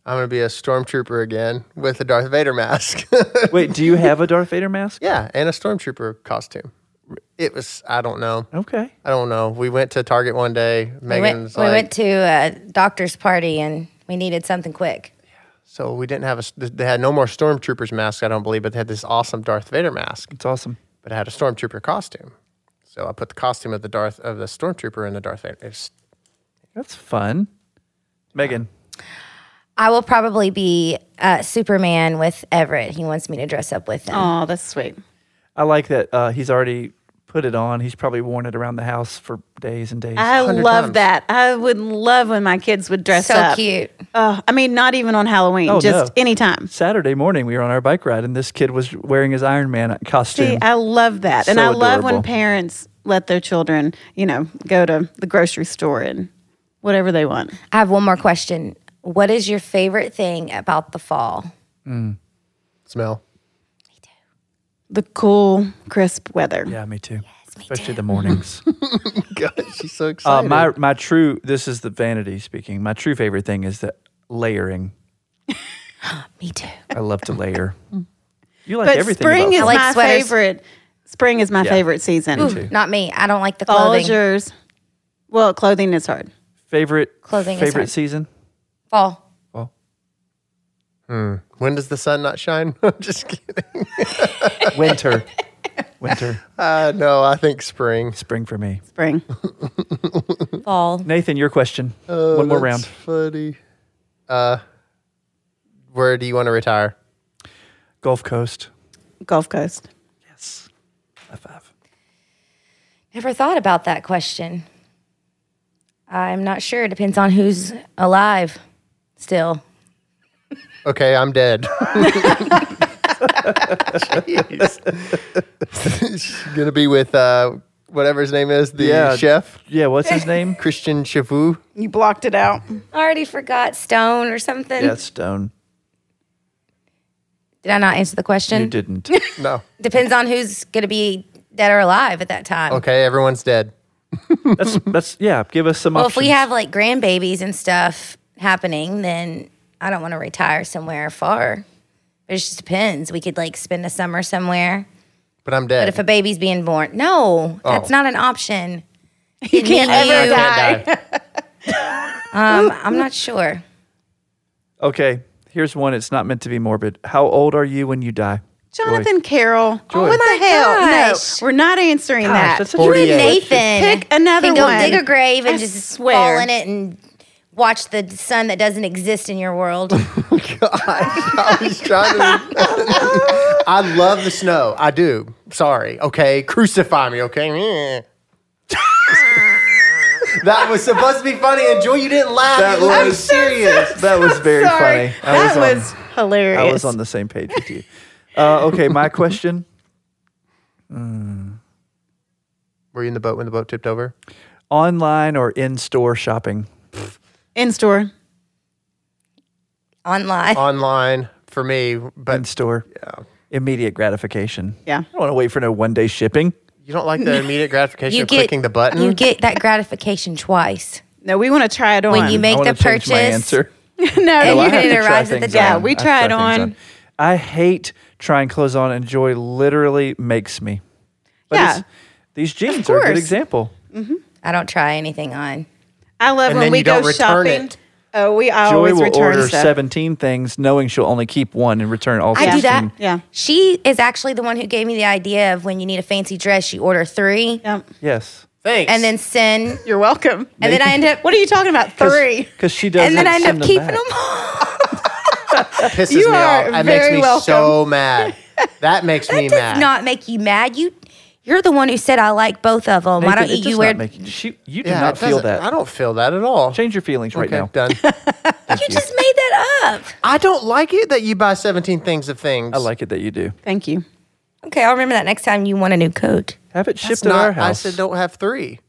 Speaker 3: I'm gonna be a stormtrooper again with a Darth Vader mask.
Speaker 4: Wait, do you have a Darth Vader mask?
Speaker 3: yeah, and a stormtrooper costume. It was. I don't know.
Speaker 4: Okay.
Speaker 3: I don't know. We went to Target one day.
Speaker 1: We went,
Speaker 3: Megan's
Speaker 1: we
Speaker 3: like,
Speaker 1: went to a doctor's party and we needed something quick.
Speaker 3: so we didn't have a. They had no more stormtroopers mask. I don't believe, but they had this awesome Darth Vader mask.
Speaker 4: It's awesome.
Speaker 3: but I had a stormtrooper costume. So I put the costume of the Darth of the stormtrooper in the Darth Vader. It's-
Speaker 4: That's fun. Megan.
Speaker 1: I will probably be uh, Superman with Everett. He wants me to dress up with him.
Speaker 2: Oh, that's sweet.
Speaker 4: I like that uh, he's already put it on. He's probably worn it around the house for days and days.
Speaker 2: I
Speaker 3: 100
Speaker 2: love
Speaker 3: times.
Speaker 2: that. I would love when my kids would dress
Speaker 1: so
Speaker 2: up.
Speaker 1: cute.
Speaker 2: Oh, I mean, not even on Halloween,
Speaker 4: Oh,
Speaker 2: just
Speaker 4: no.
Speaker 2: anytime.
Speaker 4: Saturday morning, we were on our bike ride, and this kid was wearing his Iron Man costume.
Speaker 2: See, I love that. and
Speaker 4: So
Speaker 2: I love when
Speaker 4: adorable.
Speaker 2: parents let their children, you know, go to the grocery store and whatever they want.
Speaker 1: I have one more question. What is your favorite thing about the fall?
Speaker 3: smell.
Speaker 2: The cool, crisp weather.
Speaker 4: yeah, me too. Especially the mornings.
Speaker 3: God, she's so
Speaker 4: uh,
Speaker 3: excited.
Speaker 4: my my true. This is the vanity speaking. My true favorite thing is the layering.
Speaker 1: Me too.
Speaker 4: I love to layer. You like
Speaker 2: But
Speaker 4: everything.
Speaker 2: spring
Speaker 4: about
Speaker 2: is
Speaker 4: fall.
Speaker 1: like
Speaker 2: my
Speaker 1: sweaters.
Speaker 2: favorite. Spring is my
Speaker 4: Yeah.
Speaker 2: favorite season.
Speaker 1: Not me. I don't like the
Speaker 2: All
Speaker 1: clothing.
Speaker 2: yours. Well, clothing is hard.
Speaker 4: favorite
Speaker 1: Clothing is
Speaker 4: favorite
Speaker 1: hard.
Speaker 4: season.
Speaker 1: fall.
Speaker 4: Well,
Speaker 3: when does the sun not shine? I'm just kidding.
Speaker 4: winter, winter,
Speaker 3: Uh, no, I think spring.
Speaker 4: spring for me.
Speaker 2: Spring.
Speaker 1: Fall.
Speaker 4: Nathan, your question.
Speaker 3: Oh,
Speaker 4: One more round.
Speaker 3: Funny. Uh, where do you want to retire?
Speaker 4: Gulf Coast.
Speaker 2: Gulf Coast.
Speaker 4: Yes. High five.
Speaker 1: Never thought about that question. I'm not sure. It depends on who's alive still.
Speaker 3: Okay, I'm dead. Jeez. She's gonna be with uh, whatever his name is, the
Speaker 4: Yeah.
Speaker 3: chef
Speaker 4: Yeah. What's his name?
Speaker 3: Christian Chavu.
Speaker 2: You blocked it out.
Speaker 1: I already forgot Stone or something.
Speaker 4: yeah, Stone.
Speaker 1: Did I not answer the question?
Speaker 4: You didn't.
Speaker 3: No.
Speaker 1: Depends on who's going to be dead or alive at that time.
Speaker 3: Okay, everyone's dead.
Speaker 4: That's that's yeah. Give us some
Speaker 1: Well,
Speaker 4: options.
Speaker 1: if we have like grandbabies and stuff happening, then I don't want to retire somewhere far. It just depends. We could like spend a summer somewhere.
Speaker 3: But I'm dead.
Speaker 1: But if a baby's being born, no, that's
Speaker 3: Oh.
Speaker 1: not an option.
Speaker 2: You can't ever
Speaker 1: you.
Speaker 2: die.
Speaker 3: Can't die.
Speaker 1: Um, I'm not sure.
Speaker 4: Okay, here's one. It's not meant to be morbid. How old are you when you die?
Speaker 2: Jonathan Carroll. Oh,
Speaker 4: Joy.
Speaker 2: What the hell?
Speaker 1: gosh.
Speaker 2: No, we're not answering
Speaker 4: Gosh,
Speaker 2: that.
Speaker 4: that's such a-
Speaker 1: You
Speaker 3: 48.
Speaker 1: and Nathan
Speaker 2: Pick another
Speaker 1: can go
Speaker 2: one.
Speaker 1: dig a grave and
Speaker 2: I
Speaker 1: just
Speaker 2: swear.
Speaker 1: fall in it and watch the sun that doesn't exist in your world.
Speaker 3: I was trying to. I love the snow. I do. Sorry. Okay. Crucify me. Okay. Meh. that was supposed to be funny. And Joy, you didn't laugh.
Speaker 4: That
Speaker 3: you looked
Speaker 4: was-
Speaker 3: serious.
Speaker 4: that was very
Speaker 2: Sorry.
Speaker 4: funny. I
Speaker 2: that was,
Speaker 4: on,
Speaker 2: hilarious.
Speaker 4: I was on the same page with you. Uh, okay, my question.
Speaker 3: Were you in the boat when the boat tipped over?
Speaker 4: Online or in store shopping?
Speaker 2: In store.
Speaker 1: Online.
Speaker 3: Online for me, but
Speaker 4: In store. Yeah. Immediate gratification.
Speaker 2: Yeah.
Speaker 4: I don't want to wait for no one day shipping.
Speaker 3: you don't like the immediate gratification
Speaker 1: you
Speaker 3: of
Speaker 1: get
Speaker 3: clicking the button.
Speaker 1: You get that gratification twice
Speaker 2: No, we want to try it on.
Speaker 1: when you
Speaker 4: I
Speaker 1: make
Speaker 4: wanna
Speaker 1: the
Speaker 4: change
Speaker 1: purchase.
Speaker 4: My answer.
Speaker 2: no,
Speaker 1: and
Speaker 2: you
Speaker 1: you
Speaker 4: I
Speaker 2: didn't.
Speaker 4: have
Speaker 1: did
Speaker 4: to
Speaker 1: it
Speaker 4: try
Speaker 1: right at the
Speaker 4: things
Speaker 1: door.
Speaker 2: Yeah, we
Speaker 4: I
Speaker 2: tried
Speaker 4: try things
Speaker 2: on.
Speaker 4: I hate trying clothes on, and joy literally makes me. But
Speaker 2: Yeah.
Speaker 4: it's- these jeans are a good
Speaker 2: course.
Speaker 4: example.
Speaker 1: I don't try anything on.
Speaker 2: I love
Speaker 3: And
Speaker 2: when
Speaker 3: then
Speaker 2: we
Speaker 3: you
Speaker 2: go
Speaker 3: don't return
Speaker 2: shopping.
Speaker 3: it.
Speaker 2: Oh, we I
Speaker 4: Joy
Speaker 2: always
Speaker 4: will
Speaker 2: return
Speaker 4: order
Speaker 2: stuff.
Speaker 4: 17 things knowing she'll only keep one and return all 16.
Speaker 1: I do that.
Speaker 2: Yeah.
Speaker 1: She is actually the one who gave me the idea of when you need a fancy dress, you order three
Speaker 2: Yep.
Speaker 4: Yes.
Speaker 3: Thanks.
Speaker 1: and then send.
Speaker 2: You're welcome.
Speaker 1: And then I end up.
Speaker 2: what are you talking about? Three.
Speaker 4: Because she doesn't
Speaker 1: And then I end
Speaker 4: send
Speaker 1: up keeping
Speaker 4: back.
Speaker 1: them all.
Speaker 3: pisses
Speaker 2: You
Speaker 3: me
Speaker 2: are
Speaker 3: off. That makes
Speaker 2: very
Speaker 3: me
Speaker 2: welcome.
Speaker 3: so mad. That makes me
Speaker 1: Does
Speaker 3: mad.
Speaker 1: not make you mad. You, you're the one who said I like both of them. Why
Speaker 4: Nathan,
Speaker 1: don't
Speaker 4: it
Speaker 1: you,
Speaker 4: does
Speaker 1: you wear?
Speaker 4: not make you, she, you do
Speaker 3: Yeah,
Speaker 4: not
Speaker 3: it
Speaker 4: feel
Speaker 3: doesn't-
Speaker 4: that.
Speaker 3: I don't feel that at all.
Speaker 4: Change your feelings right
Speaker 3: okay,
Speaker 4: now.
Speaker 3: done.
Speaker 1: you just made that up.
Speaker 3: I don't like it that you buy 17 things of things.
Speaker 4: I like it that you do.
Speaker 2: Thank you.
Speaker 1: Okay, I'll remember that next time you want a new coat.
Speaker 4: Have it
Speaker 3: That's
Speaker 4: shipped at our
Speaker 3: not- I
Speaker 4: house.
Speaker 3: said don't have three.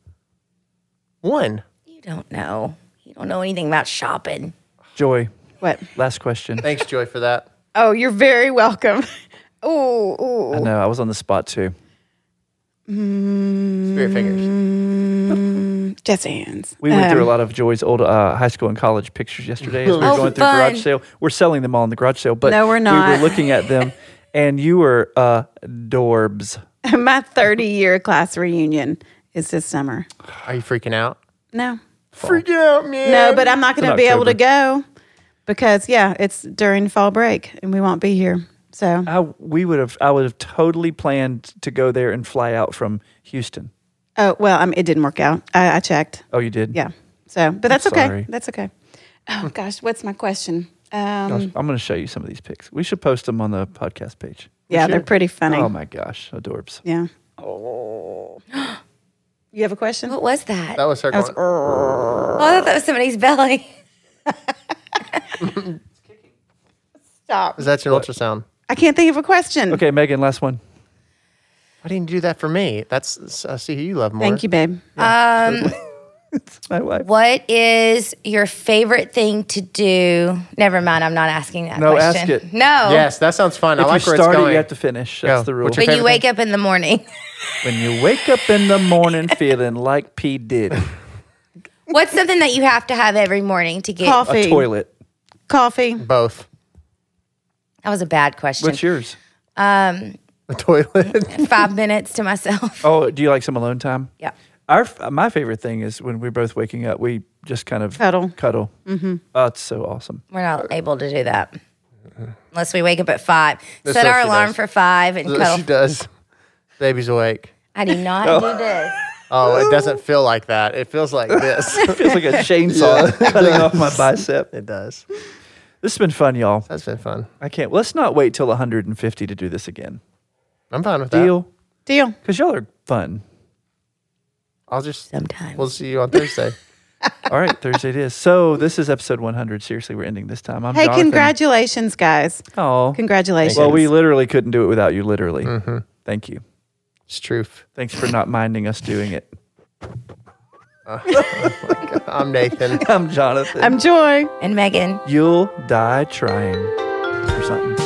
Speaker 3: One.
Speaker 1: You don't know. You don't know anything about shopping.
Speaker 4: Joy,
Speaker 2: What?
Speaker 4: last question.
Speaker 3: Thanks, Joy, for that.
Speaker 2: Oh, you're very welcome. Ooh, ooh.
Speaker 4: I know, I was on the spot too. Mm.
Speaker 3: Spirit fingers.
Speaker 2: Jazz hands.
Speaker 4: We went through a lot of Joy's old uh, high school and college pictures yesterday as we were
Speaker 1: Um, Oh,
Speaker 4: going through
Speaker 1: fun.
Speaker 4: garage sale. We're selling them all in the garage sale, but
Speaker 2: No, we're
Speaker 4: We
Speaker 2: not.
Speaker 4: were looking at them, and you were uh, dorbs.
Speaker 2: My 30 year class reunion is this summer.
Speaker 3: Are you freaking out? Oh.
Speaker 2: No.
Speaker 3: Freak out, man.
Speaker 2: No, but I'm not going to
Speaker 4: in
Speaker 2: be able to
Speaker 4: October.
Speaker 2: go because, yeah, it's during fall break and we won't be here. So,
Speaker 4: I we would have I would have totally planned to go there and fly out from Houston.
Speaker 2: oh, well, um, it didn't work out. I, I checked.
Speaker 4: Oh, you did?
Speaker 2: Yeah. So, but that's
Speaker 4: sorry.
Speaker 2: okay. That's okay. Oh, gosh. What's my question? Um,
Speaker 4: Gosh, I'm going to show you some of these pics. We should post them on the podcast page.
Speaker 2: yeah, they're pretty funny.
Speaker 4: Oh my gosh, adorbs.
Speaker 2: Yeah. Oh. You have a question?
Speaker 1: What was that?
Speaker 3: That was her.
Speaker 2: That was-
Speaker 3: going,
Speaker 1: oh, I thought that was somebody's belly.
Speaker 2: Stop.
Speaker 3: is that your ultrasound?
Speaker 2: I can't think of a question.
Speaker 4: Okay, Megan, last one.
Speaker 3: Why didn't you do that for me? That's I see who you love more.
Speaker 2: Thank you, babe.
Speaker 4: It's my wife.
Speaker 1: What is your favorite thing to do? Never mind, I'm not asking that
Speaker 4: No,
Speaker 1: question.
Speaker 4: ask it.
Speaker 1: No.
Speaker 3: Yes, that sounds fun. I
Speaker 4: if
Speaker 3: like
Speaker 4: you
Speaker 3: where it's
Speaker 4: start it,
Speaker 3: going.
Speaker 4: you have to finish. That's
Speaker 3: Go.
Speaker 4: the rule.
Speaker 3: What's your
Speaker 1: When you
Speaker 3: favorite
Speaker 1: wake up in the morning,
Speaker 4: when you wake up in the morning feeling like P. Diddy,
Speaker 1: what's something that you have to have every morning to get?
Speaker 4: a
Speaker 2: Coffee.
Speaker 4: toilet.
Speaker 2: Coffee.
Speaker 3: Both.
Speaker 1: That was a bad question. Um,
Speaker 4: What's yours?
Speaker 3: The toilet.
Speaker 1: Five minutes to myself.
Speaker 4: Oh, do you like some alone time?
Speaker 1: Yeah.
Speaker 4: Our my favorite thing is when we're both waking up, we just kind of
Speaker 2: Cuddle.
Speaker 4: Cuddle. Mm-hmm. Oh, it's so awesome.
Speaker 1: We're not able to do that unless we wake up at five.
Speaker 3: That's
Speaker 1: Set
Speaker 3: what
Speaker 1: our
Speaker 3: she
Speaker 1: alarm
Speaker 3: does.
Speaker 1: for five and
Speaker 3: she
Speaker 1: cuddle.
Speaker 3: does. Baby's awake.
Speaker 1: I do not do this.
Speaker 3: Oh, it doesn't feel like that. It feels like this.
Speaker 4: It feels like a chainsaw cutting off my bicep.
Speaker 3: it does.
Speaker 4: This has been fun, y'all.
Speaker 3: That's been fun.
Speaker 4: I can't. Let's not wait till 150 to do this again.
Speaker 3: I'm fine with that.
Speaker 4: Deal?
Speaker 2: Deal.
Speaker 4: Because y'all are fun.
Speaker 3: I'll just.
Speaker 1: Sometimes.
Speaker 3: We'll see you on Thursday.
Speaker 4: All right, Thursday it is. So this is episode 100. Seriously, we're ending this time. I'm
Speaker 2: Hey,
Speaker 4: Jonathan.
Speaker 2: congratulations, guys.
Speaker 4: Oh,
Speaker 2: Congratulations.
Speaker 4: well, we literally couldn't do it without you. Literally. Thank you.
Speaker 3: it's truth.
Speaker 4: Thanks for not minding us doing it.
Speaker 3: I'm Nathan.
Speaker 4: I'm Jonathan.
Speaker 2: I'm Joy.
Speaker 1: and Megan.
Speaker 4: You'll die trying or something.